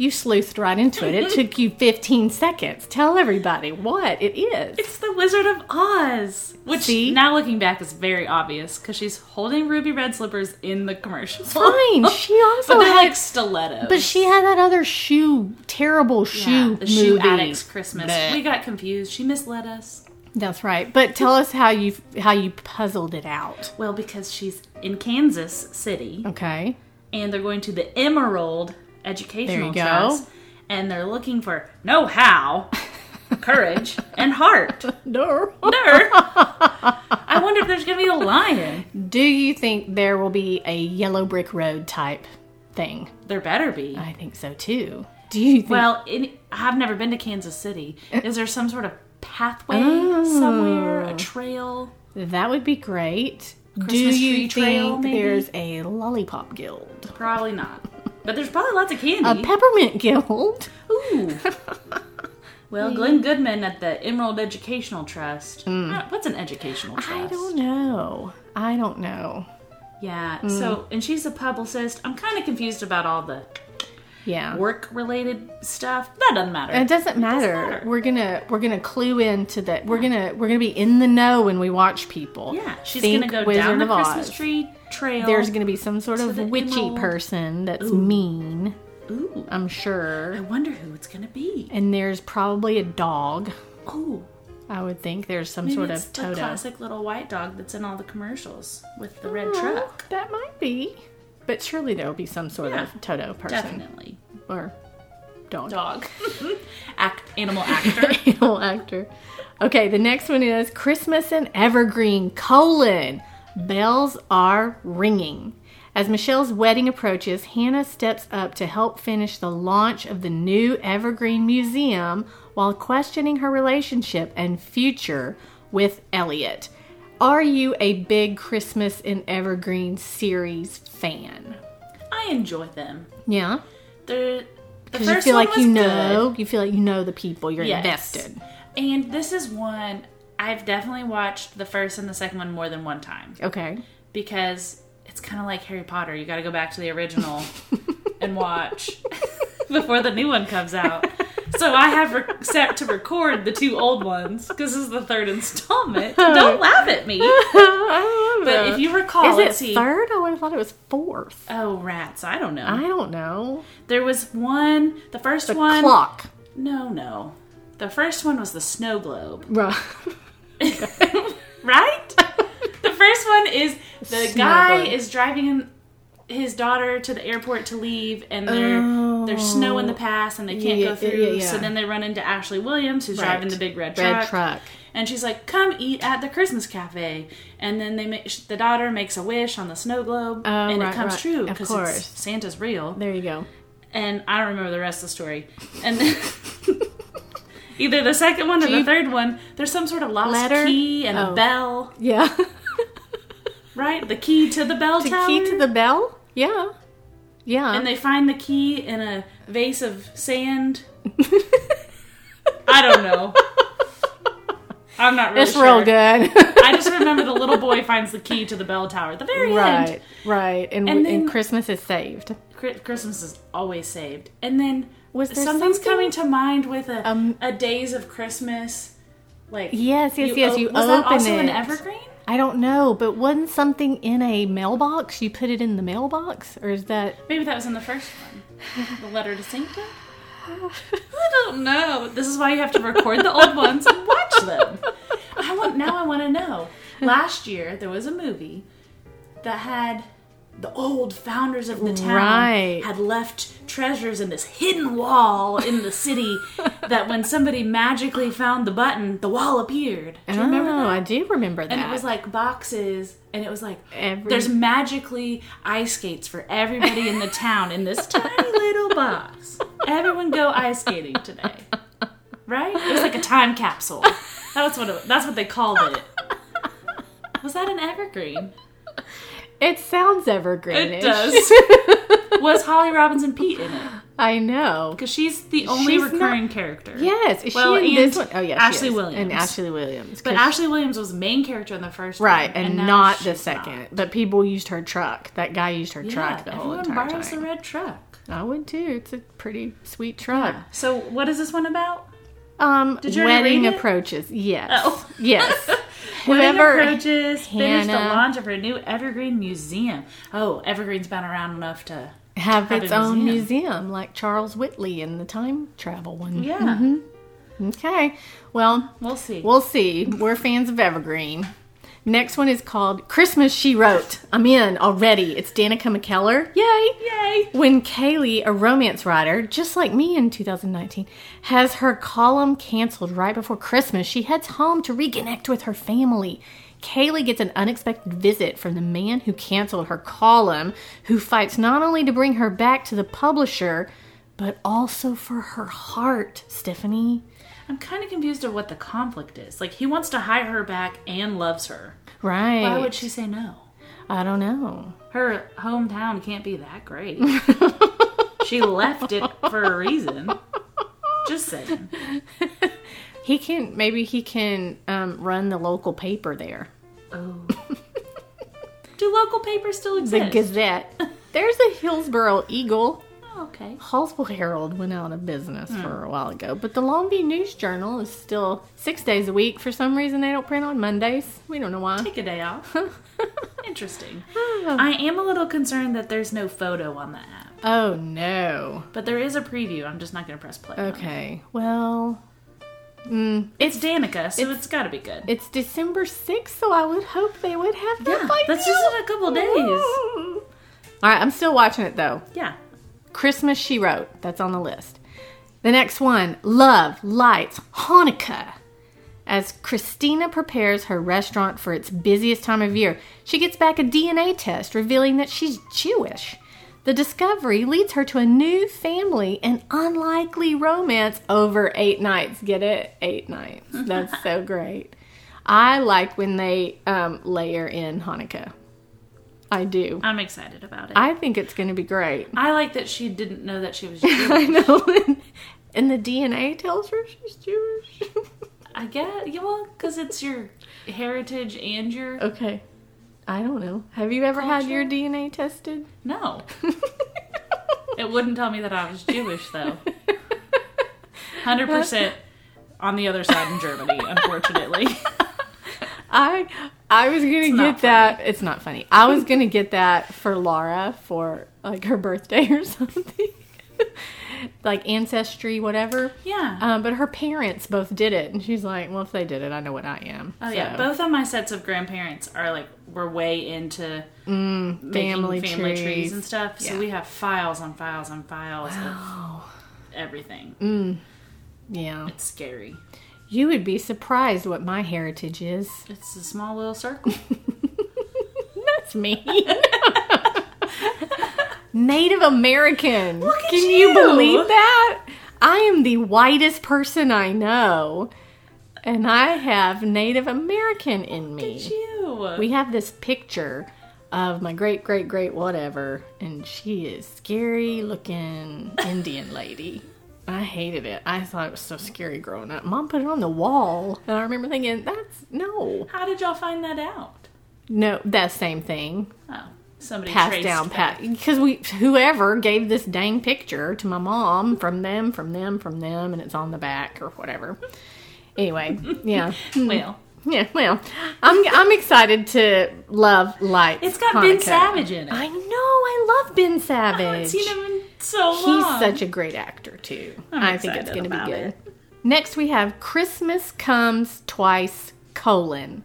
[SPEAKER 1] You sleuthed right into it. It took you 15 seconds. Tell everybody what it is.
[SPEAKER 2] it's the Wizard of Oz, which
[SPEAKER 1] See?
[SPEAKER 2] now looking back is very obvious because she's holding ruby red slippers in the commercial.
[SPEAKER 1] Fine. She also
[SPEAKER 2] but they're
[SPEAKER 1] had,
[SPEAKER 2] like stiletto.
[SPEAKER 1] but she had that other shoe, terrible shoe
[SPEAKER 2] the shoe
[SPEAKER 1] movie.
[SPEAKER 2] addicts Christmas.
[SPEAKER 1] Bleh.
[SPEAKER 2] We got confused. She misled us.
[SPEAKER 1] That's right. But tell us how you how you puzzled it out.
[SPEAKER 2] Well, because she's in Kansas City,
[SPEAKER 1] Okay.
[SPEAKER 2] and they're going to the Emerald Educational
[SPEAKER 1] There you go.
[SPEAKER 2] Trust, and they're looking for know how, courage, and heart.
[SPEAKER 1] No.
[SPEAKER 2] Ner. I wonder if there's gonna be a lion.
[SPEAKER 1] Do you think there will be a yellow brick road type thing?
[SPEAKER 2] There better be.
[SPEAKER 1] I think so too. Do you think
[SPEAKER 2] Well, in, I've never been to Kansas City. Is there some sort of pathway somewhere?
[SPEAKER 1] Oh.
[SPEAKER 2] A trail?
[SPEAKER 1] That would be great.
[SPEAKER 2] Christmas
[SPEAKER 1] Do you
[SPEAKER 2] tree
[SPEAKER 1] think
[SPEAKER 2] trail, maybe?
[SPEAKER 1] there's a lollipop guild?
[SPEAKER 2] Probably not. But there's probably lots of
[SPEAKER 1] A
[SPEAKER 2] candy.
[SPEAKER 1] peppermint guild?
[SPEAKER 2] Ooh. well, Glenn Goodman at the Emerald Educational Trust. Uh, What's an educational trust?
[SPEAKER 1] Hmm. I don't Hmm. know. I don't know.
[SPEAKER 2] Yeah. So, and she's a publicist. I'm kind of confused about all the
[SPEAKER 1] Yeah.
[SPEAKER 2] work-related stuff. That doesn't matter.
[SPEAKER 1] it doesn't matter.
[SPEAKER 2] matter.
[SPEAKER 1] We're gonna we're gonna clue into that. We're gonna we're gonna be in the know when we watch people.
[SPEAKER 2] yeah, she's
[SPEAKER 1] Think
[SPEAKER 2] gonna go
[SPEAKER 1] Wizard
[SPEAKER 2] down the
[SPEAKER 1] of Oz.
[SPEAKER 2] Christmas tree trail.
[SPEAKER 1] There's gonna be some sort
[SPEAKER 2] Oh, to
[SPEAKER 1] of
[SPEAKER 2] the
[SPEAKER 1] witchy
[SPEAKER 2] Emerald.
[SPEAKER 1] person that's mean.
[SPEAKER 2] Ooh.
[SPEAKER 1] I'm
[SPEAKER 2] I
[SPEAKER 1] sure.
[SPEAKER 2] wonder who it's gonna be.
[SPEAKER 1] And there's probably a dog.
[SPEAKER 2] Oh,
[SPEAKER 1] I would think there's some
[SPEAKER 2] maybe
[SPEAKER 1] sort
[SPEAKER 2] it's
[SPEAKER 1] of
[SPEAKER 2] the
[SPEAKER 1] Toto.
[SPEAKER 2] classic little white dog that's in all the commercials with the red
[SPEAKER 1] Oh,
[SPEAKER 2] truck.
[SPEAKER 1] That might be. But surely there will be some sort of Toto person
[SPEAKER 2] Definitely.
[SPEAKER 1] or dog.
[SPEAKER 2] Dog. Act, animal actor.
[SPEAKER 1] Animal actor. Okay, the next one is Christmas and Evergreen, colon, bells are ringing. As Michelle's wedding approaches, Hannah steps up to help finish the launch of the new Evergreen Museum while questioning her relationship and future with Elliot. Are you a big Christmas and Evergreen series fan?
[SPEAKER 2] I enjoy them.
[SPEAKER 1] Yeah.
[SPEAKER 2] They're, the
[SPEAKER 1] Because you
[SPEAKER 2] first
[SPEAKER 1] feel
[SPEAKER 2] one
[SPEAKER 1] like
[SPEAKER 2] was
[SPEAKER 1] you
[SPEAKER 2] good.
[SPEAKER 1] know, you feel like you know the people, you're
[SPEAKER 2] Yes.
[SPEAKER 1] invested.
[SPEAKER 2] And this is one I've definitely watched the first and the second one more than one time
[SPEAKER 1] Okay.
[SPEAKER 2] because it's kind of like Harry Potter. You got to go back to the original and watch before the new one comes out. So I have re- set to record the two old ones because this is the third installment. Don't laugh at me.
[SPEAKER 1] I love
[SPEAKER 2] But
[SPEAKER 1] it.
[SPEAKER 2] if you recall,
[SPEAKER 1] Is it
[SPEAKER 2] let's see.
[SPEAKER 1] third? Oh, I would have thought it was fourth.
[SPEAKER 2] Oh rats! I don't know.
[SPEAKER 1] I don't know.
[SPEAKER 2] there was one. The first
[SPEAKER 1] The
[SPEAKER 2] one.
[SPEAKER 1] clock.
[SPEAKER 2] No, no. The first one was the snow globe.
[SPEAKER 1] Right.
[SPEAKER 2] right? the first one is the
[SPEAKER 1] Snow
[SPEAKER 2] guy
[SPEAKER 1] globe.
[SPEAKER 2] is driving his daughter to the airport to leave, and there there's snow in the pass, and they can't
[SPEAKER 1] Oh. Yeah,
[SPEAKER 2] go
[SPEAKER 1] yeah,
[SPEAKER 2] through.
[SPEAKER 1] yeah, yeah.
[SPEAKER 2] So then they run into Ashley Williams, who's driving
[SPEAKER 1] Right.
[SPEAKER 2] the big red truck.
[SPEAKER 1] Red truck.
[SPEAKER 2] And she's like, "Come eat at the Christmas cafe." And then they make the daughter makes a wish on the snow globe,
[SPEAKER 1] Oh,
[SPEAKER 2] and
[SPEAKER 1] right,
[SPEAKER 2] it comes
[SPEAKER 1] right.
[SPEAKER 2] true
[SPEAKER 1] Of
[SPEAKER 2] because
[SPEAKER 1] course.
[SPEAKER 2] it's Santa's real
[SPEAKER 1] There you go.
[SPEAKER 2] and I don't remember the rest of the story. And then either the second one or the
[SPEAKER 1] you-
[SPEAKER 2] third one, there's some sort of lost
[SPEAKER 1] Letter?
[SPEAKER 2] key and
[SPEAKER 1] Oh.
[SPEAKER 2] a bell,
[SPEAKER 1] Yeah.
[SPEAKER 2] right? The key to the bell
[SPEAKER 1] the
[SPEAKER 2] tower.
[SPEAKER 1] key to the bell. Yeah. Yeah.
[SPEAKER 2] and they find the key in a vase of sand. I don't know. I'm not really
[SPEAKER 1] it's
[SPEAKER 2] sure.
[SPEAKER 1] real good.
[SPEAKER 2] I just remember the little boy finds the key to the bell tower at the very end.
[SPEAKER 1] right. Right. And,
[SPEAKER 2] And
[SPEAKER 1] and,
[SPEAKER 2] then-
[SPEAKER 1] Christmas is saved.
[SPEAKER 2] Chri- Christmas is always saved. And then
[SPEAKER 1] Was there
[SPEAKER 2] something's
[SPEAKER 1] something?
[SPEAKER 2] coming to mind with a
[SPEAKER 1] Um,
[SPEAKER 2] a days of Christmas, like
[SPEAKER 1] Yes, yes, yes,
[SPEAKER 2] op-
[SPEAKER 1] you
[SPEAKER 2] was that
[SPEAKER 1] open
[SPEAKER 2] also an
[SPEAKER 1] it.
[SPEAKER 2] evergreen?
[SPEAKER 1] I don't know, but wasn't something in a mailbox? You put it in the mailbox, or is that?
[SPEAKER 2] Maybe that was in the first one, the letter to Santa. I don't know. This is why you have to record the old ones and watch them. I want now. I want to know. Last year there was a movie that had the old founders of the town
[SPEAKER 1] Right.
[SPEAKER 2] had left treasures in this hidden wall in the city that when somebody magically found the button, the wall appeared. Do you remember
[SPEAKER 1] oh,
[SPEAKER 2] that?
[SPEAKER 1] I do remember that.
[SPEAKER 2] And it was like boxes, and it was like
[SPEAKER 1] Every-
[SPEAKER 2] there's magically ice skates for everybody in the town in this tiny little box. Everyone go ice skating today, right? It was like a time capsule. That was what it, that's what they called it. Was that an evergreen?
[SPEAKER 1] it sounds evergreen.
[SPEAKER 2] It does. Was Holly Robinson Pete in it?
[SPEAKER 1] I know.
[SPEAKER 2] Because she's the only
[SPEAKER 1] She's not-
[SPEAKER 2] recurring character.
[SPEAKER 1] Yes, is
[SPEAKER 2] Well,
[SPEAKER 1] she in
[SPEAKER 2] and
[SPEAKER 1] this one? Oh, yes,
[SPEAKER 2] Ashley
[SPEAKER 1] she is.
[SPEAKER 2] Williams.
[SPEAKER 1] and Ashley Williams.
[SPEAKER 2] But
[SPEAKER 1] 'cause-
[SPEAKER 2] Ashley Williams was the main character in the first
[SPEAKER 1] right,
[SPEAKER 2] one,
[SPEAKER 1] and,
[SPEAKER 2] now
[SPEAKER 1] not the
[SPEAKER 2] she's not.
[SPEAKER 1] second. But people used her truck. That guy used her truck the
[SPEAKER 2] yeah,
[SPEAKER 1] whole
[SPEAKER 2] everyone
[SPEAKER 1] entire
[SPEAKER 2] borrows
[SPEAKER 1] time.
[SPEAKER 2] the red truck.
[SPEAKER 1] I would too. It's a pretty sweet truck.
[SPEAKER 2] So what is this one about?
[SPEAKER 1] Um,
[SPEAKER 2] you already
[SPEAKER 1] wedding
[SPEAKER 2] read it?
[SPEAKER 1] approaches. Yes,
[SPEAKER 2] Oh.
[SPEAKER 1] yes.
[SPEAKER 2] Wedding
[SPEAKER 1] Whoever.
[SPEAKER 2] approaches finished the
[SPEAKER 1] Hannah-
[SPEAKER 2] launch of her new Evergreen Museum. Oh, Evergreen's been around enough to
[SPEAKER 1] have
[SPEAKER 2] Have a
[SPEAKER 1] its own
[SPEAKER 2] museum.
[SPEAKER 1] museum. like Charles Whitley in the time travel one.
[SPEAKER 2] yeah.
[SPEAKER 1] Okay. Well,
[SPEAKER 2] We'll see.
[SPEAKER 1] Mm-hmm. we'll see. We're fans of Evergreen. Next one is called Christmas She Wrote. I'm in already. It's Danica McKellar. Yay!
[SPEAKER 2] Yay!
[SPEAKER 1] When Kaylee, a romance writer, just like me in 2019, has her column canceled right before Christmas, she heads home to reconnect with her family. Kaylee gets an unexpected visit from the man who canceled her column, who fights not only to bring her back to the publisher, but also for her heart, Stephanie.
[SPEAKER 2] I'm kind of confused of what the conflict is. Like he wants to hire her back and loves her.
[SPEAKER 1] Right.
[SPEAKER 2] Why would she say no?
[SPEAKER 1] I don't know.
[SPEAKER 2] Her hometown can't be that great. she left it for a reason. Just saying.
[SPEAKER 1] He can, maybe he can um, run the local paper there.
[SPEAKER 2] Oh. Do local papers still
[SPEAKER 1] The
[SPEAKER 2] exist?
[SPEAKER 1] Gazette. There's a Hillsboro Eagle.
[SPEAKER 2] Oh, okay.
[SPEAKER 1] Hallsville Herald went out of business
[SPEAKER 2] Hmm.
[SPEAKER 1] for a while ago, but the Longview News Journal is still six days a week. For some reason, they don't print on Mondays. We don't know why.
[SPEAKER 2] Take a day off. Interesting. I am a little concerned that there's no photo on the app,
[SPEAKER 1] Oh no.
[SPEAKER 2] but there is a preview. I'm just not going to press play. on it.
[SPEAKER 1] Okay. Well,
[SPEAKER 2] It's Danica, so it's got to be good.
[SPEAKER 1] it's December sixth, so I would hope they would have that
[SPEAKER 2] Yeah,
[SPEAKER 1] by
[SPEAKER 2] that's
[SPEAKER 1] now.
[SPEAKER 2] just in a couple days.
[SPEAKER 1] All right, I'm still watching it though.
[SPEAKER 2] Yeah.
[SPEAKER 1] Christmas She Wrote. That's on the list. The next one, Love, Lights, Hanukkah. As Christina prepares her restaurant for its busiest time of year, she gets back a DNA test revealing that she's Jewish. The discovery leads her to a new family and unlikely romance over eight nights. Get it? Eight nights. That's so great. I like when they um, layer in Hanukkah. I do.
[SPEAKER 2] I'm excited about it. I,
[SPEAKER 1] I think it's going to be great.
[SPEAKER 2] like that she didn't know that she was Jewish.
[SPEAKER 1] I know. And, and the DNA tells her she's Jewish.
[SPEAKER 2] I guess. Yeah, well, because it's your heritage and your.
[SPEAKER 1] okay. I don't know. Have you ever had your DNA tested?
[SPEAKER 2] No. It wouldn't tell me that I was Jewish, though. 100% on the other side in Germany, unfortunately.
[SPEAKER 1] I I was gonna
[SPEAKER 2] not
[SPEAKER 1] get that. It's not funny. I was gonna get that for Laura for like her birthday or something, like ancestry, whatever.
[SPEAKER 2] Yeah.
[SPEAKER 1] Um, but her parents both did it, and she's like, "Well, if they did it, I know what I am."
[SPEAKER 2] Oh yeah,
[SPEAKER 1] So,
[SPEAKER 2] both of my sets of grandparents are like were way into making
[SPEAKER 1] Mm, family
[SPEAKER 2] family trees.
[SPEAKER 1] trees.
[SPEAKER 2] and stuff.
[SPEAKER 1] Yeah.
[SPEAKER 2] So we have files on files on files of everything.
[SPEAKER 1] Mm. yeah.
[SPEAKER 2] It's scary.
[SPEAKER 1] You would be surprised what my heritage is.
[SPEAKER 2] It's a small little circle.
[SPEAKER 1] That's me. Native American.
[SPEAKER 2] at
[SPEAKER 1] Can
[SPEAKER 2] you.
[SPEAKER 1] believe that? I am the whitest person I know. And I have Native American in me.
[SPEAKER 2] Ew.
[SPEAKER 1] We have this picture of my great great great whatever, and she is scary looking Indian lady. I hated it. I thought it was so scary growing up. Mom put it on the wall, and I remember thinking, "That's no,
[SPEAKER 2] How did y'all find that out?
[SPEAKER 1] no, that same thing."
[SPEAKER 2] Oh, somebody
[SPEAKER 1] passed
[SPEAKER 2] traced
[SPEAKER 1] down
[SPEAKER 2] back.
[SPEAKER 1] pat because we whoever gave this dang picture to my mom from them from them from them and it's on the back or whatever anyway yeah
[SPEAKER 2] Well,
[SPEAKER 1] yeah well i'm i'm excited to love light
[SPEAKER 2] it's got Ben Savage in it.
[SPEAKER 1] i know i love ben savage
[SPEAKER 2] I haven't seen him in so
[SPEAKER 1] He's
[SPEAKER 2] long.
[SPEAKER 1] such a great actor too. i think it's going
[SPEAKER 2] excited
[SPEAKER 1] to be
[SPEAKER 2] about
[SPEAKER 1] good.
[SPEAKER 2] it.
[SPEAKER 1] Next we have Christmas comes twice colon,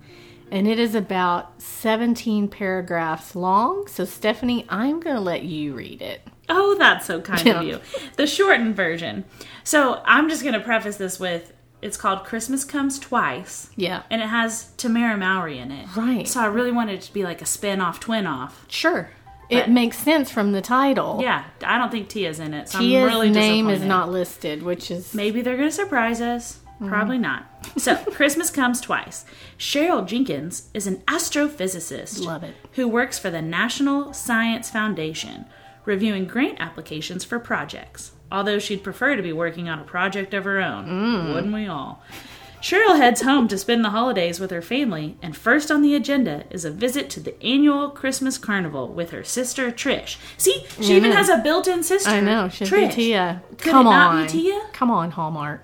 [SPEAKER 1] and it is about seventeen paragraphs long. So Stephanie, I'm going to let you read it.
[SPEAKER 2] Oh, that's so kind
[SPEAKER 1] Yeah.
[SPEAKER 2] of you. The shortened version. So I'm just going to preface this with it's called Christmas Comes Twice,
[SPEAKER 1] Yeah,
[SPEAKER 2] and it has Tamara Mowry in it.
[SPEAKER 1] Right.
[SPEAKER 2] So I really wanted it to be like a spin off, twin off.
[SPEAKER 1] sure. It makes sense from the title.
[SPEAKER 2] Yeah, I don't think Tia's in it, so
[SPEAKER 1] Tia's
[SPEAKER 2] I'm really
[SPEAKER 1] name is
[SPEAKER 2] disappointed.
[SPEAKER 1] not listed, which is
[SPEAKER 2] Maybe they're going to surprise us.
[SPEAKER 1] Mm-hmm.
[SPEAKER 2] Probably not. So, Christmas Comes Twice. Cheryl Jenkins is an astrophysicist
[SPEAKER 1] Love it.
[SPEAKER 2] who works for the National Science Foundation, reviewing grant applications for projects. Although she'd prefer to be working on a project of her own,
[SPEAKER 1] Mm.
[SPEAKER 2] wouldn't we all? Cheryl heads home to spend the holidays with her family, and first on the agenda is a visit to the annual Christmas carnival with her sister Trish. See, she even has a built-in sister.
[SPEAKER 1] Mm-hmm. I know should
[SPEAKER 2] Trish.
[SPEAKER 1] be Tia.
[SPEAKER 2] Could
[SPEAKER 1] Come
[SPEAKER 2] it
[SPEAKER 1] on,
[SPEAKER 2] not be Tia?
[SPEAKER 1] Come on, Hallmark.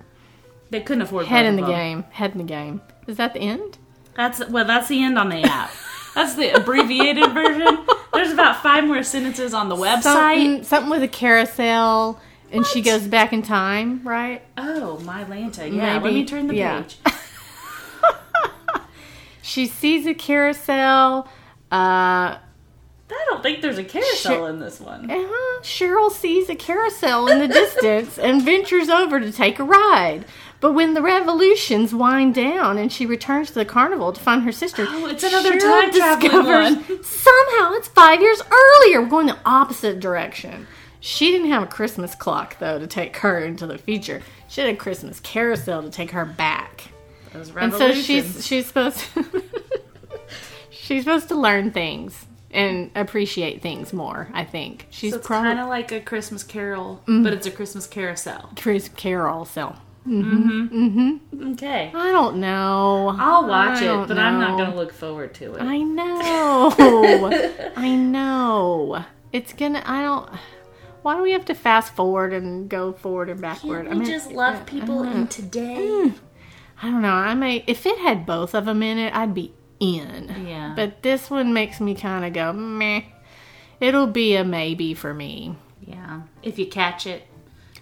[SPEAKER 2] They couldn't afford
[SPEAKER 1] Head
[SPEAKER 2] both
[SPEAKER 1] in
[SPEAKER 2] of
[SPEAKER 1] the
[SPEAKER 2] them.
[SPEAKER 1] game. Head in the game. Is that the end?
[SPEAKER 2] That's well, that's the end on the app. That's the abbreviated version. There's about five more sentences on the website.
[SPEAKER 1] something, mm, something with a carousel and she goes back in time, right?
[SPEAKER 2] Oh, my Lanta. Yeah, let
[SPEAKER 1] Maybe.
[SPEAKER 2] me turn the
[SPEAKER 1] Yeah.
[SPEAKER 2] page.
[SPEAKER 1] She sees a carousel. Uh,
[SPEAKER 2] I don't think there's a carousel in this one.
[SPEAKER 1] uh-huh, Cheryl sees a carousel in the distance and ventures over to take a ride. But when the revolutions wind down and she returns to the carnival to find her sister,
[SPEAKER 2] Oh, it's another time traveling
[SPEAKER 1] somehow it's five years earlier. We're going the opposite direction. She didn't have a Christmas clock though to take her into the future. She had a Christmas carousel to take her back.
[SPEAKER 2] Those
[SPEAKER 1] And so
[SPEAKER 2] revolutions.
[SPEAKER 1] she's she's supposed she's supposed to learn things and appreciate things more. I think she's
[SPEAKER 2] so it's
[SPEAKER 1] probably
[SPEAKER 2] kind of like a Christmas carol,
[SPEAKER 1] Mm.
[SPEAKER 2] but it's a Christmas carousel.
[SPEAKER 1] Chris Carol. So
[SPEAKER 2] Okay.
[SPEAKER 1] I don't know.
[SPEAKER 2] I'll watch
[SPEAKER 1] I
[SPEAKER 2] it,
[SPEAKER 1] don't
[SPEAKER 2] but I'm not
[SPEAKER 1] know.
[SPEAKER 2] going to look forward to it.
[SPEAKER 1] I know. I know. It's gonna. I don't. Why do we have to fast forward and go forward and backward? I mean,
[SPEAKER 2] love people
[SPEAKER 1] Mm-hmm.
[SPEAKER 2] in today.
[SPEAKER 1] Mm. I don't know. I may. If it had both of them in it, I'd be in.
[SPEAKER 2] Yeah.
[SPEAKER 1] But this one makes me kind of go meh. It'll be a maybe for me.
[SPEAKER 2] Yeah. If you catch it,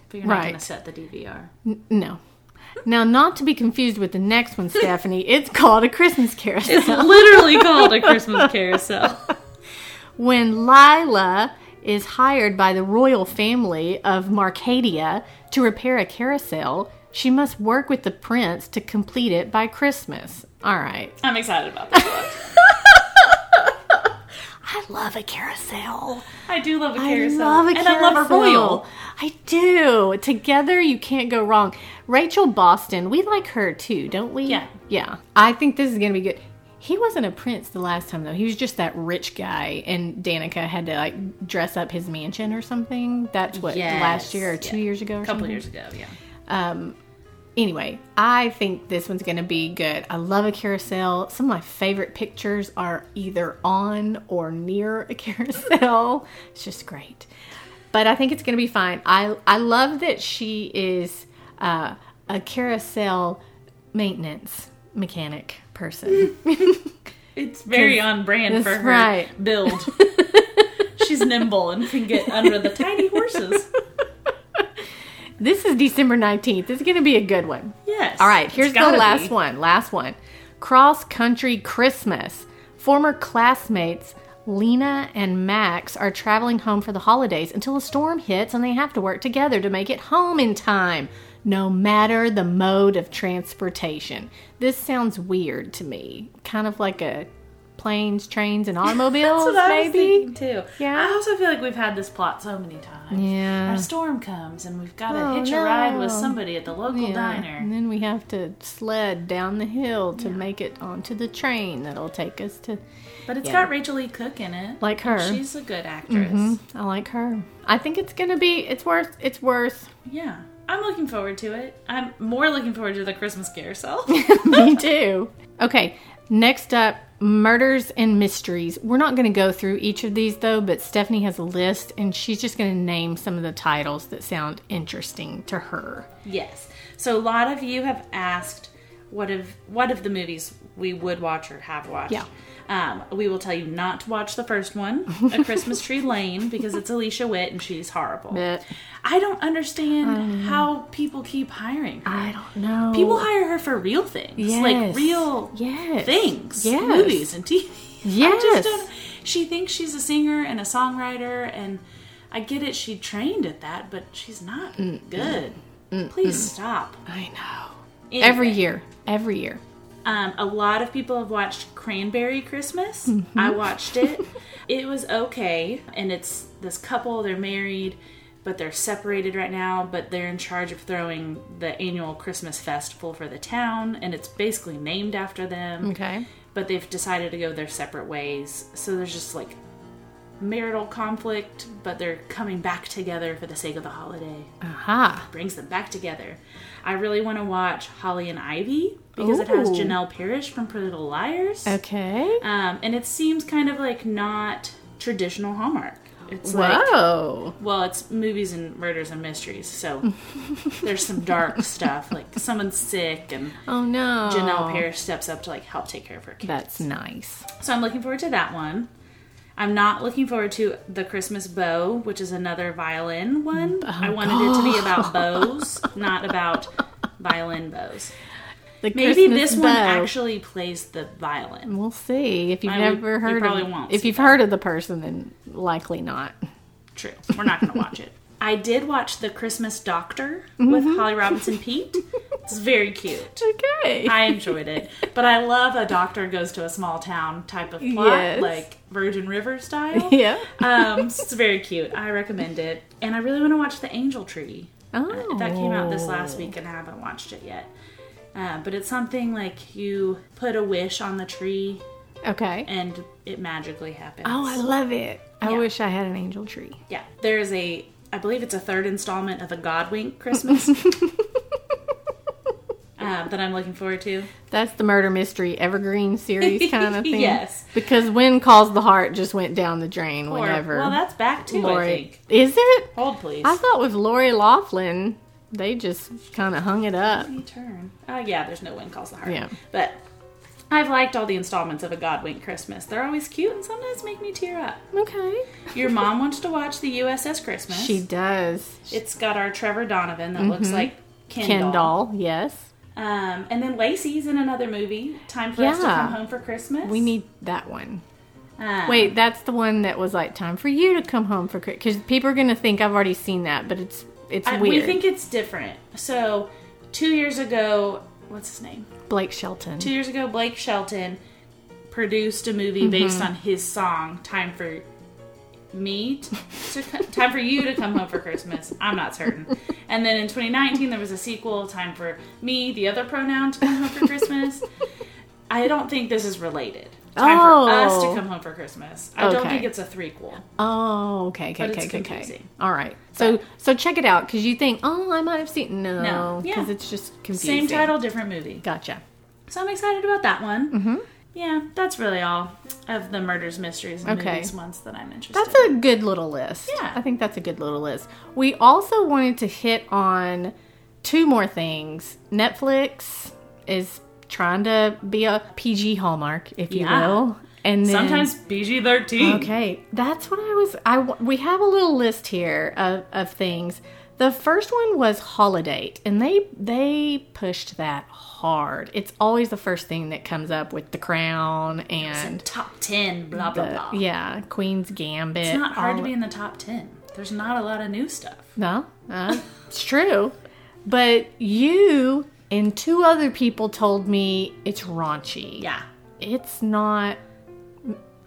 [SPEAKER 2] but you're not going
[SPEAKER 1] Right.
[SPEAKER 2] to set the DVR.
[SPEAKER 1] No. Now, not to be confused with the next one, Stephanie. It's called a Christmas carousel.
[SPEAKER 2] It's literally called a Christmas carousel.
[SPEAKER 1] when Lila is hired by the royal family of Marcadia to repair a carousel, she must work with the prince to complete it by Christmas. All right.
[SPEAKER 2] I'm excited about that.
[SPEAKER 1] I love a carousel.
[SPEAKER 2] I do love a
[SPEAKER 1] I
[SPEAKER 2] carousel.
[SPEAKER 1] love a
[SPEAKER 2] and I love a
[SPEAKER 1] carousel.
[SPEAKER 2] royal.
[SPEAKER 1] I do. Together, you can't go wrong. Rachel Boston, we like her too, don't we?
[SPEAKER 2] Yeah.
[SPEAKER 1] Yeah. I think this is going to be good. He wasn't a prince the last time, though. He was just that rich guy, and Danica had to like dress up his mansion or something. That's what
[SPEAKER 2] Yes.
[SPEAKER 1] last year or two
[SPEAKER 2] Yeah.
[SPEAKER 1] years ago or
[SPEAKER 2] A couple
[SPEAKER 1] something.
[SPEAKER 2] years ago, yeah.
[SPEAKER 1] Anyway, I think this one's going to be good. I love a carousel. Some of my favorite pictures are either on or near a carousel. it's just great. But I think it's going to be fine. I I love that she is uh, a carousel maintenance mechanic person.
[SPEAKER 2] It's very on brand for
[SPEAKER 1] that's
[SPEAKER 2] her
[SPEAKER 1] right.
[SPEAKER 2] build. She's nimble and can get under the tiny horses.
[SPEAKER 1] this is December 19th. It's going to be a good one.
[SPEAKER 2] Yes.
[SPEAKER 1] All right, here's
[SPEAKER 2] It's
[SPEAKER 1] the
[SPEAKER 2] gotta
[SPEAKER 1] last
[SPEAKER 2] be.
[SPEAKER 1] one. Last one. Cross country Christmas. Former classmates Lena and Max are traveling home for the holidays until a storm hits and they have to work together to make it home in time, no matter the mode of transportation. This sounds weird to me. Kind of like a planes, trains, and automobiles,
[SPEAKER 2] That's what I was
[SPEAKER 1] maybe?
[SPEAKER 2] thinking, too.
[SPEAKER 1] Yeah.
[SPEAKER 2] I also feel like we've had this plot so many times.
[SPEAKER 1] Yeah.
[SPEAKER 2] Our storm comes and we've got to
[SPEAKER 1] Oh,
[SPEAKER 2] hitch a ride with
[SPEAKER 1] no.
[SPEAKER 2] somebody at the local
[SPEAKER 1] Yeah, And
[SPEAKER 2] diner.
[SPEAKER 1] then we have to sled down the hill to make it onto the train that'll take us to
[SPEAKER 2] But it's
[SPEAKER 1] Yeah.
[SPEAKER 2] got Rachel E. Cook in it.
[SPEAKER 1] like her. Mm-hmm.
[SPEAKER 2] She's a good actress.
[SPEAKER 1] I like her. I think it's gonna be. It's worth. It's worth.
[SPEAKER 2] Yeah. I'm looking forward to it. I'm more looking forward to the Christmas carousel.
[SPEAKER 1] Me too. Okay. Next up, murders and mysteries. We're not gonna go through each of these though, but Stephanie has a list, and she's just gonna name some of the titles that sound interesting to her.
[SPEAKER 2] yes. So a lot of you have asked what of what of the movies we would watch or have watched.
[SPEAKER 1] Yeah.
[SPEAKER 2] Um, we will tell you not to watch the first one, A Christmas Tree Lane, because it's Alicia Witt and she's horrible.
[SPEAKER 1] But
[SPEAKER 2] I don't understand how people keep hiring her.
[SPEAKER 1] I don't know.
[SPEAKER 2] People hire her for real things, like
[SPEAKER 1] Oh. Yes.
[SPEAKER 2] real
[SPEAKER 1] Yes.
[SPEAKER 2] things,
[SPEAKER 1] Yes.
[SPEAKER 2] movies and TV. I
[SPEAKER 1] Yes.
[SPEAKER 2] just don't. She thinks she's a singer and a songwriter, and I get it. She trained at that, but she's not
[SPEAKER 1] Mm,
[SPEAKER 2] good. Please stop.
[SPEAKER 1] I know.
[SPEAKER 2] Anyway,
[SPEAKER 1] mm, Every year. Every year.
[SPEAKER 2] um, a lot of people have watched Cranberry Christmas.
[SPEAKER 1] Mm-hmm.
[SPEAKER 2] I watched it. it was okay, and it's this couple. They're married, but they're separated right now. But they're in charge of throwing the annual Christmas festival for the town, and it's basically named after them.
[SPEAKER 1] Okay.
[SPEAKER 2] But they've decided to go their separate ways. So there's just like marital conflict, but they're coming back together for the sake of the holiday
[SPEAKER 1] Aha.
[SPEAKER 2] brings them back together. I really want to watch Holly and Ivy because it has
[SPEAKER 1] Ooh.
[SPEAKER 2] Janelle Parrish from Pretty Little Liars.
[SPEAKER 1] Okay.
[SPEAKER 2] Um, and it seems kind of like not traditional Hallmark. It's like,
[SPEAKER 1] Whoa.
[SPEAKER 2] well, it's movies and murders and mysteries. So there's some dark stuff, like someone's sick and
[SPEAKER 1] Oh no.
[SPEAKER 2] Janelle Parrish steps up to like help take care of her kid.
[SPEAKER 1] That's nice.
[SPEAKER 2] So I'm looking forward to that one. I'm not looking forward to the Christmas bow, which is another violin one.
[SPEAKER 1] Oh,
[SPEAKER 2] I wanted it to be about bows, not about violin bows.
[SPEAKER 1] The
[SPEAKER 2] Maybe
[SPEAKER 1] Christmas
[SPEAKER 2] this one
[SPEAKER 1] bow.
[SPEAKER 2] actually plays the violin.
[SPEAKER 1] We'll see. If you've
[SPEAKER 2] I would-
[SPEAKER 1] never
[SPEAKER 2] you
[SPEAKER 1] heard
[SPEAKER 2] probably
[SPEAKER 1] of,
[SPEAKER 2] won't
[SPEAKER 1] if
[SPEAKER 2] see
[SPEAKER 1] you've heard of the person, then likely not.
[SPEAKER 2] True. We're not going to watch it. I did watch The Christmas Doctor with
[SPEAKER 1] Mm-hmm.
[SPEAKER 2] Holly Robinson Pete. It's very cute.
[SPEAKER 1] Okay.
[SPEAKER 2] I enjoyed it. But I love a doctor goes to a small town type of plot,
[SPEAKER 1] Yes.
[SPEAKER 2] like Virgin River style.
[SPEAKER 1] yeah.
[SPEAKER 2] um, so it's very cute. I recommend it, and I really want to watch The Angel Tree.
[SPEAKER 1] Oh.
[SPEAKER 2] That came out this last week, and I haven't watched it yet. Uh, but it's something like you put a wish on the tree,
[SPEAKER 1] Okay.
[SPEAKER 2] and it magically happens.
[SPEAKER 1] Oh, I love it. I
[SPEAKER 2] Yeah.
[SPEAKER 1] wish I had an angel tree.
[SPEAKER 2] yeah. There is a, I believe it's a third installment of a Godwink Christmas. Uh, that I'm looking forward to.
[SPEAKER 1] That's the murder mystery evergreen series kind of thing.
[SPEAKER 2] Yes.
[SPEAKER 1] Because when calls the heart just went down the drain
[SPEAKER 2] Or-
[SPEAKER 1] whenever
[SPEAKER 2] well, that's back too. I
[SPEAKER 1] Lori.
[SPEAKER 2] think.
[SPEAKER 1] Is it?
[SPEAKER 2] Hold please.
[SPEAKER 1] I thought with Lori Laughlin, they just kind of hung it up.
[SPEAKER 2] You turn. Oh yeah, there's no wind calls the heart.
[SPEAKER 1] Yeah.
[SPEAKER 2] But I've liked all the installments of A Godwink Christmas. They're always cute and sometimes make me tear up.
[SPEAKER 1] Okay.
[SPEAKER 2] Your mom wants to watch the USS Christmas.
[SPEAKER 1] She Mm-hmm. does.
[SPEAKER 2] It's got our Trevor Donovan that looks like Kendall.
[SPEAKER 1] Kendall, yes.
[SPEAKER 2] Um, and then Lacey's in another movie. Time for us to
[SPEAKER 1] Yeah.
[SPEAKER 2] come home for Christmas.
[SPEAKER 1] We need that one.
[SPEAKER 2] Ah.
[SPEAKER 1] Wait, that's the one that was like time for you to come home for because people are gonna think I've already seen that, but it's it's
[SPEAKER 2] I-
[SPEAKER 1] weird.
[SPEAKER 2] We think it's different. So, two years ago, what's his name?
[SPEAKER 1] Blake Shelton.
[SPEAKER 2] Two years ago, Blake Shelton produced a movie
[SPEAKER 1] Mm-hmm.
[SPEAKER 2] based on his song "Time for Me t- to co- Time for You to Come Home for Christmas." I'm not certain. And then in 2019, there was a sequel, "Time for Me," the other pronoun, to come home for Christmas. I don't think this is related. Time for us
[SPEAKER 1] Oh.
[SPEAKER 2] to come home for Christmas. I don't
[SPEAKER 1] Okay.
[SPEAKER 2] think it's a threequel.
[SPEAKER 1] Oh, okay, okay,
[SPEAKER 2] But
[SPEAKER 1] okay,
[SPEAKER 2] it's
[SPEAKER 1] okay, okay.
[SPEAKER 2] confusing.
[SPEAKER 1] All right, so so check it out because you think, oh, I might have seen no,
[SPEAKER 2] No, yeah.
[SPEAKER 1] because it's just confusing.
[SPEAKER 2] Same title, different movie.
[SPEAKER 1] Gotcha.
[SPEAKER 2] So I'm excited about that one. Mm-hmm. Yeah, that's really all of the murders, mysteries, and
[SPEAKER 1] Okay.
[SPEAKER 2] movies ones that I'm interested.
[SPEAKER 1] That's
[SPEAKER 2] in.
[SPEAKER 1] a good little list.
[SPEAKER 2] Yeah.
[SPEAKER 1] I think that's a good little list. We also wanted to hit on two more things. Netflix is trying to be a PG hallmark, if you
[SPEAKER 2] Yeah.
[SPEAKER 1] will. And then,
[SPEAKER 2] Sometimes PG thirteen.
[SPEAKER 1] Okay, that's what I was. I w- we have a little list here of, of things. The first one was holiday, and they they pushed that hard. It's always the first thing that comes up with The Crown and
[SPEAKER 2] Top ten, blah blah blah.
[SPEAKER 1] yeah, Queen's Gambit.
[SPEAKER 2] It's not hard
[SPEAKER 1] all
[SPEAKER 2] to be in the top ten. There's not a lot of new stuff.
[SPEAKER 1] No, no, uh, it's true. But you and two other people told me it's raunchy.
[SPEAKER 2] Yeah.
[SPEAKER 1] It's not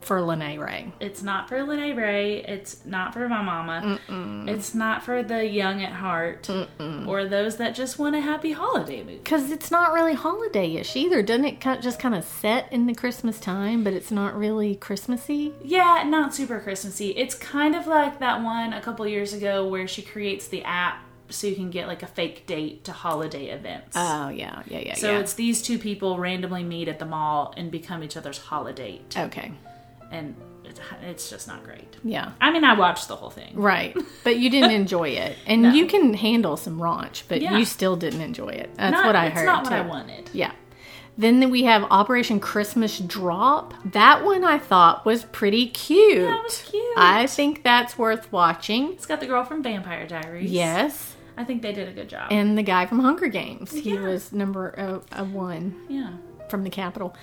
[SPEAKER 1] for Lene Ray.
[SPEAKER 2] It's not for Lene Ray. It's not for my mama. It's not for the young at heart or those that just want a happy holiday movie.
[SPEAKER 1] Because it's not really holiday ish either. Doesn't it ki- just kind of set in the Christmas time, but it's not really Christmassy?
[SPEAKER 2] Yeah, not super Christmassy. It's kind of like that one a couple years ago where she creates the app so you can get like a fake date to holiday events.
[SPEAKER 1] Oh, yeah, yeah, yeah,
[SPEAKER 2] so
[SPEAKER 1] yeah.
[SPEAKER 2] it's these two people randomly meet at the mall and become each other's holiday.
[SPEAKER 1] okay,
[SPEAKER 2] And it- it's just not great.
[SPEAKER 1] yeah.
[SPEAKER 2] I mean, I watched the whole thing.
[SPEAKER 1] Right. But you didn't enjoy it. And you can handle some raunch, but
[SPEAKER 2] Yeah.
[SPEAKER 1] you still didn't enjoy it. That's
[SPEAKER 2] Not-
[SPEAKER 1] what I
[SPEAKER 2] it's
[SPEAKER 1] heard.
[SPEAKER 2] not what
[SPEAKER 1] too.
[SPEAKER 2] I wanted.
[SPEAKER 1] Yeah. Then we have Operation Christmas Drop. That one I thought was pretty cute.
[SPEAKER 2] That was cute.
[SPEAKER 1] I think that's worth watching.
[SPEAKER 2] It's got the girl from Vampire Diaries.
[SPEAKER 1] Yes.
[SPEAKER 2] I think they did a good job.
[SPEAKER 1] And the guy from Hunger Games. He
[SPEAKER 2] Yeah.
[SPEAKER 1] was number uh, uh, one
[SPEAKER 2] yeah.
[SPEAKER 1] from the Capitol.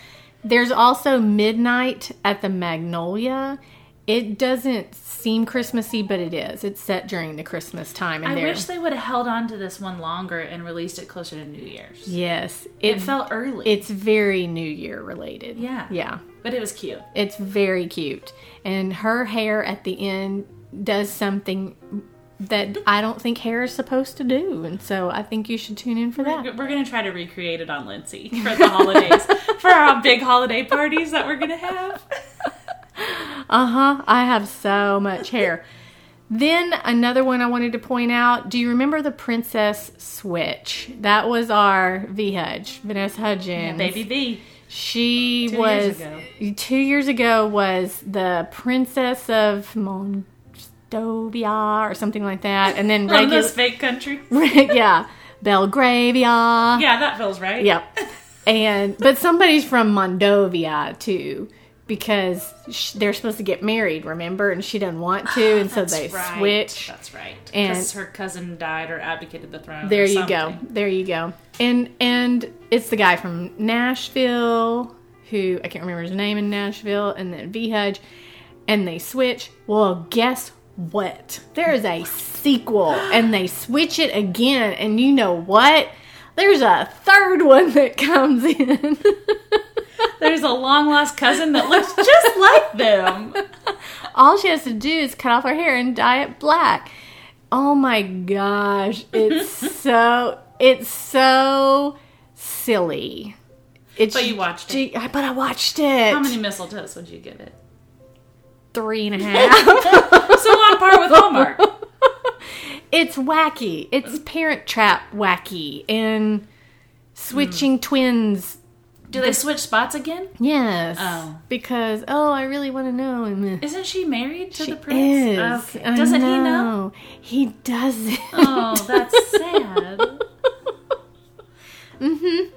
[SPEAKER 1] There's also Midnight at the Magnolia. It doesn't seem Christmassy, but it is. It's set during the Christmas time. And
[SPEAKER 2] I
[SPEAKER 1] there.
[SPEAKER 2] wish they would have held on to this one longer and released it closer to New Year's.
[SPEAKER 1] yes,
[SPEAKER 2] It
[SPEAKER 1] it,
[SPEAKER 2] felt early,
[SPEAKER 1] it's very New Year related.
[SPEAKER 2] Yeah.
[SPEAKER 1] yeah.
[SPEAKER 2] but it was cute.
[SPEAKER 1] It's very cute. And her hair at the end does something that I don't think hair is supposed to do. And so I think you should tune in for that.
[SPEAKER 2] We're gonna try to recreate it on Lindsay for the holidays, for our big holiday parties that we're gonna have.
[SPEAKER 1] Uh huh. I have so much hair. Then another one I wanted to point out. Do you remember the Princess Switch? That was our V Hudge, Vanessa Hudgens.
[SPEAKER 2] Baby V.
[SPEAKER 1] She
[SPEAKER 2] Two
[SPEAKER 1] was
[SPEAKER 2] years ago.
[SPEAKER 1] two years ago was the princess of Moldavia or something like that, and then
[SPEAKER 2] From
[SPEAKER 1] regular,
[SPEAKER 2] this fake country.
[SPEAKER 1] yeah, Belgravia.
[SPEAKER 2] Yeah, that feels right.
[SPEAKER 1] Yep. And but somebody's from Moldavia too because sh they're supposed to get married, remember? And she doesn't want to, and so
[SPEAKER 2] That's
[SPEAKER 1] they
[SPEAKER 2] right.
[SPEAKER 1] switch.
[SPEAKER 2] That's right.
[SPEAKER 1] And-
[SPEAKER 2] Because her cousin died or abdicated the throne.
[SPEAKER 1] There
[SPEAKER 2] or
[SPEAKER 1] you go.
[SPEAKER 2] something.
[SPEAKER 1] There you go. And and it's the guy from Nashville who I can't remember his name in Nashville, and then V Hudge, and they switch. Well, guess what? There is a sequel, and they switch it again. And you know what? There's a third one that comes in.
[SPEAKER 2] There's a long lost cousin that looks just like them.
[SPEAKER 1] All she has to do is cut off her hair and dye it black. Oh my gosh, it's so it's so silly. It's
[SPEAKER 2] But you watched
[SPEAKER 1] gee, I- But I watched it.
[SPEAKER 2] How many mistletoes would you give it?
[SPEAKER 1] Three and a half.
[SPEAKER 2] So on par with Hallmark.
[SPEAKER 1] it's wacky. It's Parent Trap wacky and switching
[SPEAKER 2] Hmm.
[SPEAKER 1] twins.
[SPEAKER 2] Do they switch spots again?
[SPEAKER 1] Yes.
[SPEAKER 2] Oh.
[SPEAKER 1] Because oh, I really want to know. And
[SPEAKER 2] Isn't she married to
[SPEAKER 1] she
[SPEAKER 2] the prince?
[SPEAKER 1] is.
[SPEAKER 2] Okay.
[SPEAKER 1] I
[SPEAKER 2] Doesn't he know?
[SPEAKER 1] He doesn't.
[SPEAKER 2] Oh, that's sad. mm-hmm.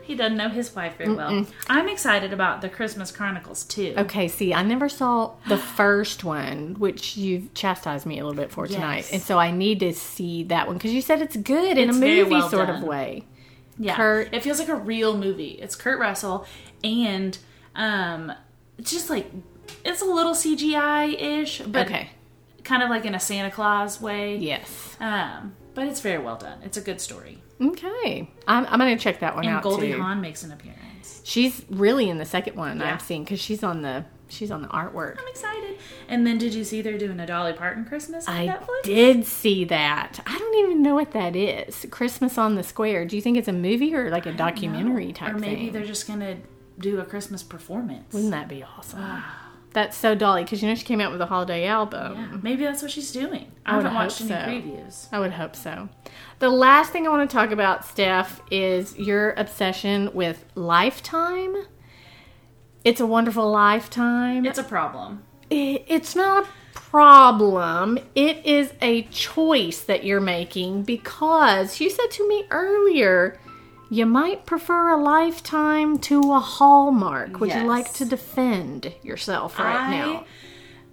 [SPEAKER 2] He doesn't know his wife very well. I'm excited about the Christmas Chronicles too.
[SPEAKER 1] Okay, see, I never saw the first one, which you've chastised me a little bit for tonight.
[SPEAKER 2] Yes.
[SPEAKER 1] And so I need to see that one because you said it's good in
[SPEAKER 2] It's
[SPEAKER 1] a
[SPEAKER 2] very
[SPEAKER 1] movie
[SPEAKER 2] well
[SPEAKER 1] sort of
[SPEAKER 2] done.
[SPEAKER 1] way.
[SPEAKER 2] yeah,
[SPEAKER 1] Kurt-
[SPEAKER 2] it feels like a real movie. It's Kurt Russell and um, it's just like It's a little CGI ish, but
[SPEAKER 1] okay.
[SPEAKER 2] kind of like in a Santa Claus way.
[SPEAKER 1] Yes.
[SPEAKER 2] Um, but it's very well done. It's a good story.
[SPEAKER 1] Okay. I'm, I'm gonna check that one
[SPEAKER 2] And
[SPEAKER 1] out
[SPEAKER 2] Goldie
[SPEAKER 1] too.
[SPEAKER 2] Hawn makes an appearance.
[SPEAKER 1] She's really in the second one
[SPEAKER 2] Yeah.
[SPEAKER 1] I've seen because she's on the she's on the artwork.
[SPEAKER 2] I'm excited. And then did you see they're doing a Dolly Parton Christmas on
[SPEAKER 1] I
[SPEAKER 2] Netflix?
[SPEAKER 1] did see that. I don't even know what that is. Christmas on the Square. Do you think it's a movie or like a documentary type
[SPEAKER 2] Or maybe
[SPEAKER 1] thing?
[SPEAKER 2] they're just gonna do a Christmas performance.
[SPEAKER 1] Wouldn't that be awesome? That's so Dolly because you know she came out with a holiday album.
[SPEAKER 2] Ah. Yeah, maybe that's what she's doing. I,
[SPEAKER 1] I would
[SPEAKER 2] haven't
[SPEAKER 1] hope
[SPEAKER 2] watched any
[SPEAKER 1] so.
[SPEAKER 2] previews.
[SPEAKER 1] I would hope so. The last thing I want to talk about, Steph, is your obsession with Lifetime. It's a wonderful lifetime.
[SPEAKER 2] It's a problem.
[SPEAKER 1] It- it's not a problem. It is a choice that you're making because you said to me earlier you might prefer a lifetime to a hallmark. Would you like
[SPEAKER 2] Yes.
[SPEAKER 1] to defend yourself right
[SPEAKER 2] I
[SPEAKER 1] now?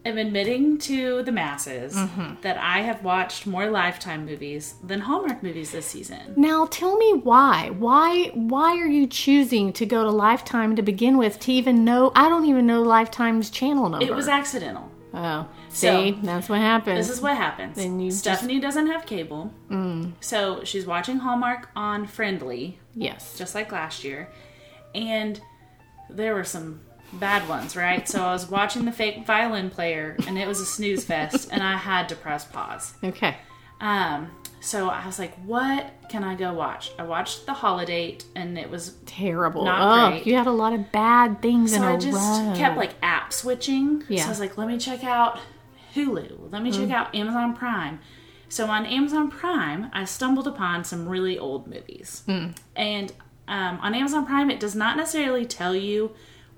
[SPEAKER 2] am admitting to the masses
[SPEAKER 1] Mm-hmm.
[SPEAKER 2] that I have watched more Lifetime movies than Hallmark movies this season.
[SPEAKER 1] Now tell me why. Why why are you choosing to go to Lifetime to begin with to even know I don't even know Lifetime's channel number.
[SPEAKER 2] It was accidental.
[SPEAKER 1] oh. See,
[SPEAKER 2] So-
[SPEAKER 1] that's what happens.
[SPEAKER 2] This is what happens.
[SPEAKER 1] Then you just- Mm.
[SPEAKER 2] Stephanie doesn't have cable, so she's watching Hallmark on Friendly,
[SPEAKER 1] yes.
[SPEAKER 2] just like last year, and there were some bad ones, right? so I was watching the fake violin player, and it was a snooze fest, and I had to press pause.
[SPEAKER 1] Okay.
[SPEAKER 2] Um, so I was like, "What can I go watch?" I watched The Holiday, and it was
[SPEAKER 1] Terrible.
[SPEAKER 2] Not
[SPEAKER 1] oh,
[SPEAKER 2] great.
[SPEAKER 1] you had a lot of bad things in
[SPEAKER 2] so
[SPEAKER 1] a
[SPEAKER 2] I just
[SPEAKER 1] row.
[SPEAKER 2] kept like app switching. So
[SPEAKER 1] Yeah. Mm.
[SPEAKER 2] I was like, let me check out Hulu. Let me check out Amazon Prime. So on Amazon Prime, I stumbled upon some really old movies.
[SPEAKER 1] Mm.
[SPEAKER 2] And um, on Amazon Prime, it does not necessarily tell you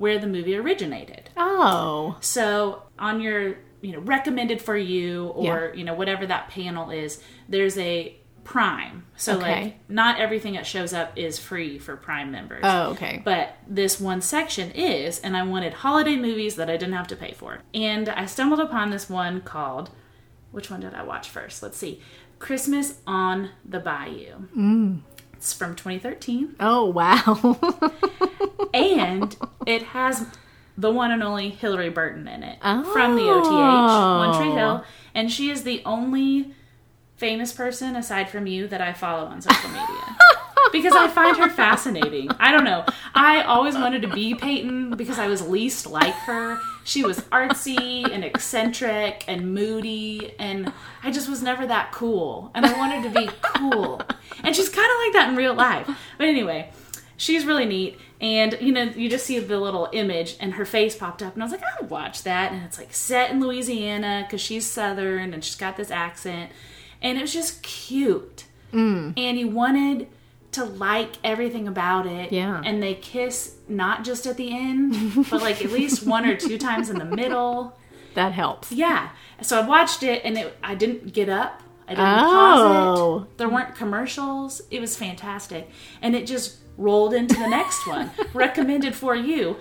[SPEAKER 2] where the movie originated.
[SPEAKER 1] Oh,
[SPEAKER 2] So on your you know recommended for you or you know whatever that panel is, there's a Prime. So
[SPEAKER 1] Okay.
[SPEAKER 2] like not everything that shows up is free for Prime members.
[SPEAKER 1] Oh, okay.
[SPEAKER 2] But this one section is, and I wanted holiday movies that I didn't have to pay for. And I stumbled upon this one called, which one did I watch first? Let's see. Christmas on the Bayou. Mm. It's from 2013.
[SPEAKER 1] Oh, wow.
[SPEAKER 2] And it has the one and only Hillary Burton in it from the OTH, One Tree Hill. And she is the only famous person aside from you that I follow on social media. because I find her fascinating. I don't know. I always wanted to be Peyton because I was least like her. She was artsy and eccentric and moody, and I just was never that cool. And I wanted to be cool. And she's kind of like that in real life. But anyway, she's really neat. And you know, you just see the little image, and her face popped up, and I was like, I'll watch that. And it's like set in Louisiana because she's Southern and she's got this accent, and it was just cute and you wanted to like everything about it.
[SPEAKER 1] Yeah.
[SPEAKER 2] And they kiss not just at the end, but like at least one or two times in the middle.
[SPEAKER 1] that helps.
[SPEAKER 2] Yeah. So I watched it and it, I didn't get up. I didn't pause
[SPEAKER 1] Oh.
[SPEAKER 2] it. There weren't commercials. It was fantastic. And it just rolled into the next one. Recommended for you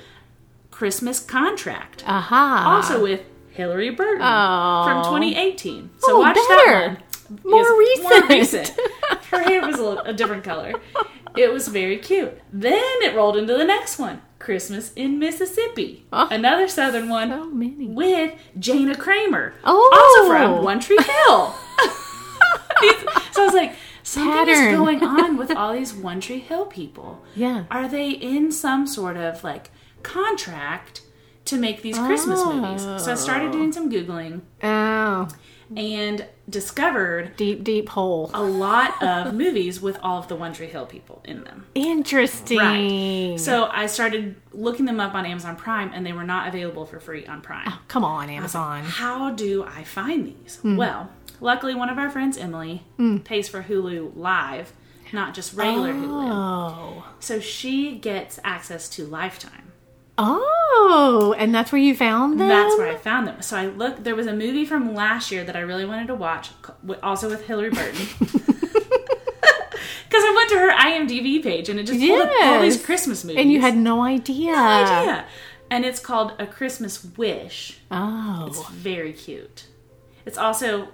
[SPEAKER 2] Christmas Contract.
[SPEAKER 1] Aha.
[SPEAKER 2] also with Hillary Burton
[SPEAKER 1] Oh.
[SPEAKER 2] from 2018. So
[SPEAKER 1] Oh,
[SPEAKER 2] watch
[SPEAKER 1] better.
[SPEAKER 2] that one.
[SPEAKER 1] More
[SPEAKER 2] Yes,
[SPEAKER 1] recent.
[SPEAKER 2] More recent. Her hair was a, little, a different color. It was very cute. Then it rolled into the next one Christmas in Mississippi.
[SPEAKER 1] Oh.
[SPEAKER 2] Another southern one
[SPEAKER 1] So many.
[SPEAKER 2] with Jana Kramer.
[SPEAKER 1] Oh.
[SPEAKER 2] Also from One Tree Hill. so I was like, something
[SPEAKER 1] Pattern.
[SPEAKER 2] is going on with all these One Tree Hill people.
[SPEAKER 1] Yeah.
[SPEAKER 2] Are they in some sort of like contract to make these Christmas movies? So I started doing some Googling
[SPEAKER 1] Oh,
[SPEAKER 2] and discovered
[SPEAKER 1] deep, deep hole.
[SPEAKER 2] a lot of movies with all of the One Tree Hill people in them.
[SPEAKER 1] Interesting.
[SPEAKER 2] Right. So I started looking them up on Amazon Prime and they were not available for free on Prime.
[SPEAKER 1] Come on, Amazon.
[SPEAKER 2] How do I find these? Well, luckily one of our friends, Emily, pays for Hulu Live, not just regular Hulu.
[SPEAKER 1] Oh.
[SPEAKER 2] So she gets access to Lifetime.
[SPEAKER 1] Oh, and that's where you found them?
[SPEAKER 2] That's where I found them. So I looked. There was a movie from last year that I really wanted to watch, co- wi- also with Hillary Burton. Because I went to her IMDb page and it just pulled up all these
[SPEAKER 1] Yes.
[SPEAKER 2] Christmas movies.
[SPEAKER 1] And you had no idea.
[SPEAKER 2] no idea. And it's called A Christmas Wish.
[SPEAKER 1] Oh.
[SPEAKER 2] It's very cute. It's also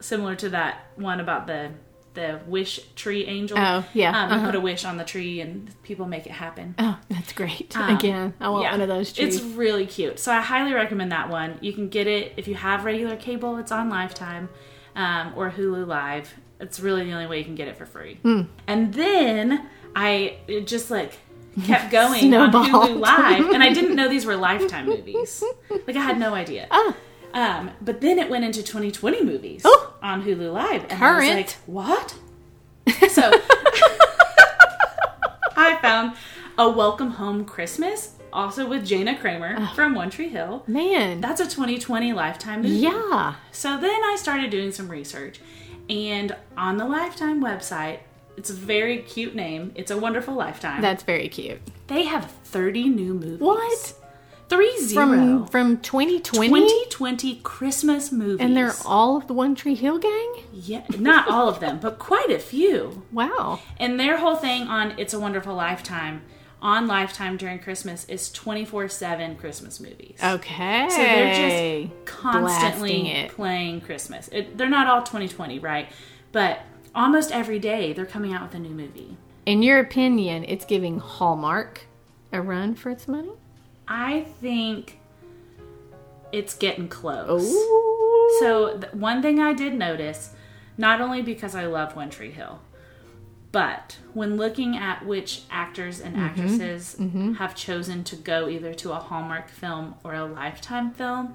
[SPEAKER 2] similar to that one about the the wish tree angel.
[SPEAKER 1] Oh, yeah,
[SPEAKER 2] Um, you
[SPEAKER 1] uh-huh.
[SPEAKER 2] put a wish on the tree and people make it happen.
[SPEAKER 1] Oh, that's great.
[SPEAKER 2] Um,
[SPEAKER 1] Again, I want
[SPEAKER 2] yeah.
[SPEAKER 1] one of those trees.
[SPEAKER 2] It's really cute. So I highly recommend that one. You can get it if you have regular cable, it's on Lifetime um, or Hulu Live. It's really the only way you can get it for free.
[SPEAKER 1] Hmm.
[SPEAKER 2] And then I it just like kept going on Hulu
[SPEAKER 1] Snowballed.
[SPEAKER 2] Live, and I didn't know these were Lifetime movies. Like I had no idea. Um, but then it went into 2020 movies
[SPEAKER 1] Oh.
[SPEAKER 2] on Hulu Live, and I was
[SPEAKER 1] Current.
[SPEAKER 2] like, "What?" So I found a Welcome Home Christmas, also with Jana Kramer
[SPEAKER 1] Oh.
[SPEAKER 2] from One Tree Hill.
[SPEAKER 1] Man,
[SPEAKER 2] That's a 2020 Lifetime movie.
[SPEAKER 1] yeah.
[SPEAKER 2] So then I started doing some research, and on the Lifetime website, it's a very cute name. It's a Wonderful Lifetime.
[SPEAKER 1] That's very cute.
[SPEAKER 2] they have 30 new movies.
[SPEAKER 1] What?
[SPEAKER 2] Three zero.
[SPEAKER 1] From from 2020?
[SPEAKER 2] 2020 Christmas movies.
[SPEAKER 1] And they're all of the One Tree Hill gang?
[SPEAKER 2] yeah, not all of them, but quite a few.
[SPEAKER 1] Wow.
[SPEAKER 2] And their whole thing on It's a Wonderful Lifetime, on Lifetime during Christmas, is 24 7 Christmas movies.
[SPEAKER 1] Okay.
[SPEAKER 2] So they're just
[SPEAKER 1] Blasting
[SPEAKER 2] constantly
[SPEAKER 1] it.
[SPEAKER 2] playing Christmas. It, they're not all 2020, right? But almost every day they're coming out with a new movie.
[SPEAKER 1] In your opinion, it's giving Hallmark a run for its money?
[SPEAKER 2] I think it's getting close.
[SPEAKER 1] Ooh.
[SPEAKER 2] So th- one thing I did notice, not only because I love One Tree Hill, but when looking at which actors and
[SPEAKER 1] Mm-hmm.
[SPEAKER 2] actresses have chosen to go either to a Hallmark film or a Lifetime film,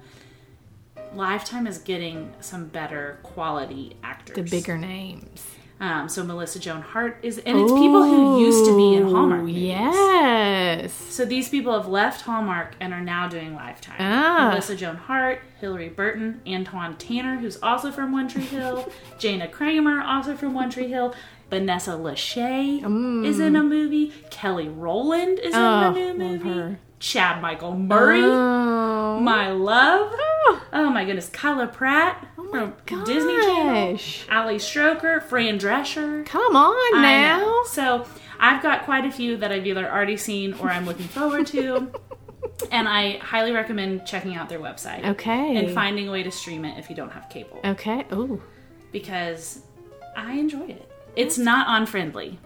[SPEAKER 2] Lifetime is getting some better quality actors.
[SPEAKER 1] The bigger names.
[SPEAKER 2] Um, so Melissa Joan Hart is, and it's people who used to be in Hallmark.
[SPEAKER 1] Ooh,
[SPEAKER 2] movies.
[SPEAKER 1] Yes.
[SPEAKER 2] So these people have left Hallmark and are now doing Lifetime.
[SPEAKER 1] Ah.
[SPEAKER 2] Melissa Joan Hart, Hillary Burton, Antoine Tanner, who's also from One Tree Hill, Jana Kramer, also from One Tree Hill, Vanessa Lachey is in a movie, Kelly Rowland is
[SPEAKER 1] Mm. Oh,
[SPEAKER 2] in a new
[SPEAKER 1] love
[SPEAKER 2] movie,
[SPEAKER 1] her.
[SPEAKER 2] Chad Michael Murray,
[SPEAKER 1] Oh.
[SPEAKER 2] my love,
[SPEAKER 1] Oh,
[SPEAKER 2] oh my goodness, Kyla Pratt
[SPEAKER 1] my
[SPEAKER 2] from Disney Channel,
[SPEAKER 1] gosh.
[SPEAKER 2] Ali Stroker, Fran Drescher.
[SPEAKER 1] Come on
[SPEAKER 2] I
[SPEAKER 1] now.
[SPEAKER 2] know. So I've got quite a few that I've either already seen or I'm looking forward to. and I highly recommend checking out their website.
[SPEAKER 1] Okay.
[SPEAKER 2] And finding a way to stream it if you don't have cable.
[SPEAKER 1] Okay. Ooh.
[SPEAKER 2] Because I enjoy it. It's not unfriendly.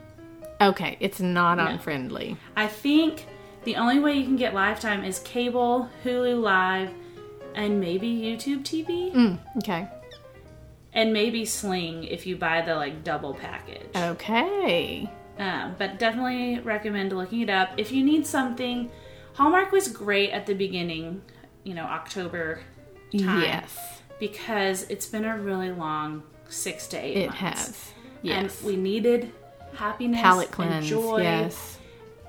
[SPEAKER 1] Okay. It's not unfriendly.
[SPEAKER 2] I think the only way you can get Lifetime is cable, Hulu Live, and maybe YouTube TV.
[SPEAKER 1] Mm. Hmm. Okay.
[SPEAKER 2] And maybe Sling if you buy the like double package.
[SPEAKER 1] Okay.
[SPEAKER 2] Um, but definitely recommend looking it up. If you need something, Hallmark was great at the beginning, you know, October time.
[SPEAKER 1] Yes.
[SPEAKER 2] Because it's been a really long six to eight
[SPEAKER 1] It
[SPEAKER 2] months.
[SPEAKER 1] has. Yes.
[SPEAKER 2] And we needed happiness,
[SPEAKER 1] Palate cleanse.
[SPEAKER 2] and joy.
[SPEAKER 1] Yes.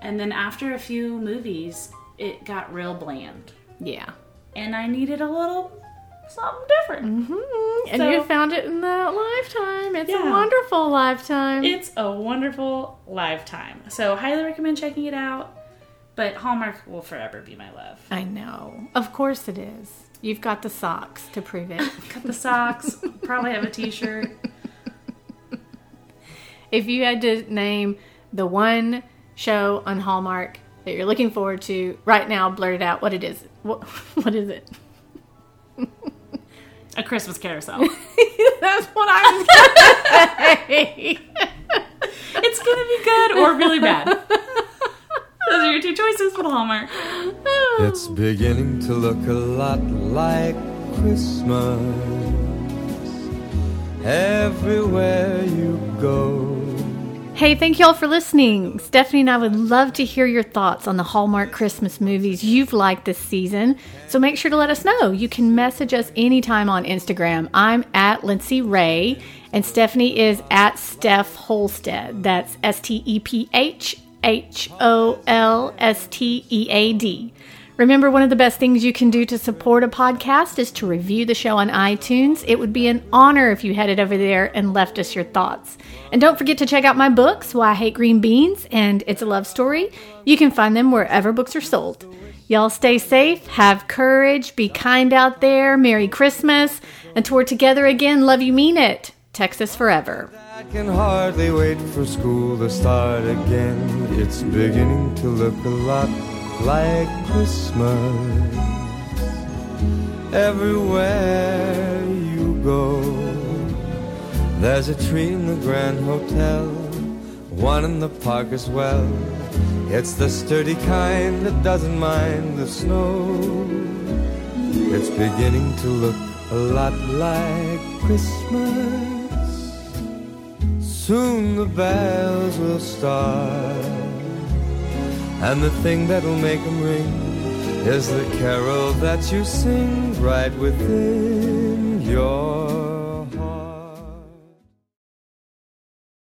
[SPEAKER 2] And then after a few movies, it got real bland.
[SPEAKER 1] Yeah.
[SPEAKER 2] And I needed a little something different.
[SPEAKER 1] Mm-hmm. And
[SPEAKER 2] So-
[SPEAKER 1] you found it in that lifetime. It's
[SPEAKER 2] Yeah.
[SPEAKER 1] a wonderful lifetime.
[SPEAKER 2] It's a wonderful lifetime. So, highly recommend checking it out. But Hallmark will forever be my love.
[SPEAKER 1] I know. Of course it is. You've got the socks to prove it.
[SPEAKER 2] cut the socks, probably have a t-shirt.
[SPEAKER 1] if you had to name the one show on Hallmark that you're looking forward to right now, blurt it out. What it is? What, what is it?
[SPEAKER 2] A Christmas carousel.
[SPEAKER 1] That's what I was going to say.
[SPEAKER 2] it's gonna be good or really bad. Those are your two choices for Hallmark.
[SPEAKER 3] It's beginning to look a lot like Christmas everywhere you go.
[SPEAKER 1] Hey, thank y'all for listening. Stephanie and I would love to hear your thoughts on the Hallmark Christmas movies you've liked this season. So make sure to let us know. You can message us anytime on Instagram. I'm at Lindsay Ray, and Stephanie is at Steph Holstead. That's S T E P H H O L S T E A D. Remember, one of the best things you can do to support a podcast is to review the show on iTunes. It would be an honor if you headed over there and left us your thoughts. And don't forget to check out my books, Why I Hate Green Beans and It's a Love Story. You can find them wherever books are sold. Y'all stay safe, have courage, be kind out there. Merry Christmas. Until we're together again, love you, mean it. Texas forever.
[SPEAKER 3] I can hardly wait for school to start again. It's beginning to look a lot like Christmas everywhere you go. There's a tree in the Grand Hotel, one in the park as well. It's the sturdy kind that doesn't mind the snow. It's beginning to look a lot like Christmas. Soon the bells will start, and the thing that'll make 'em ring is the carol that you sing right within your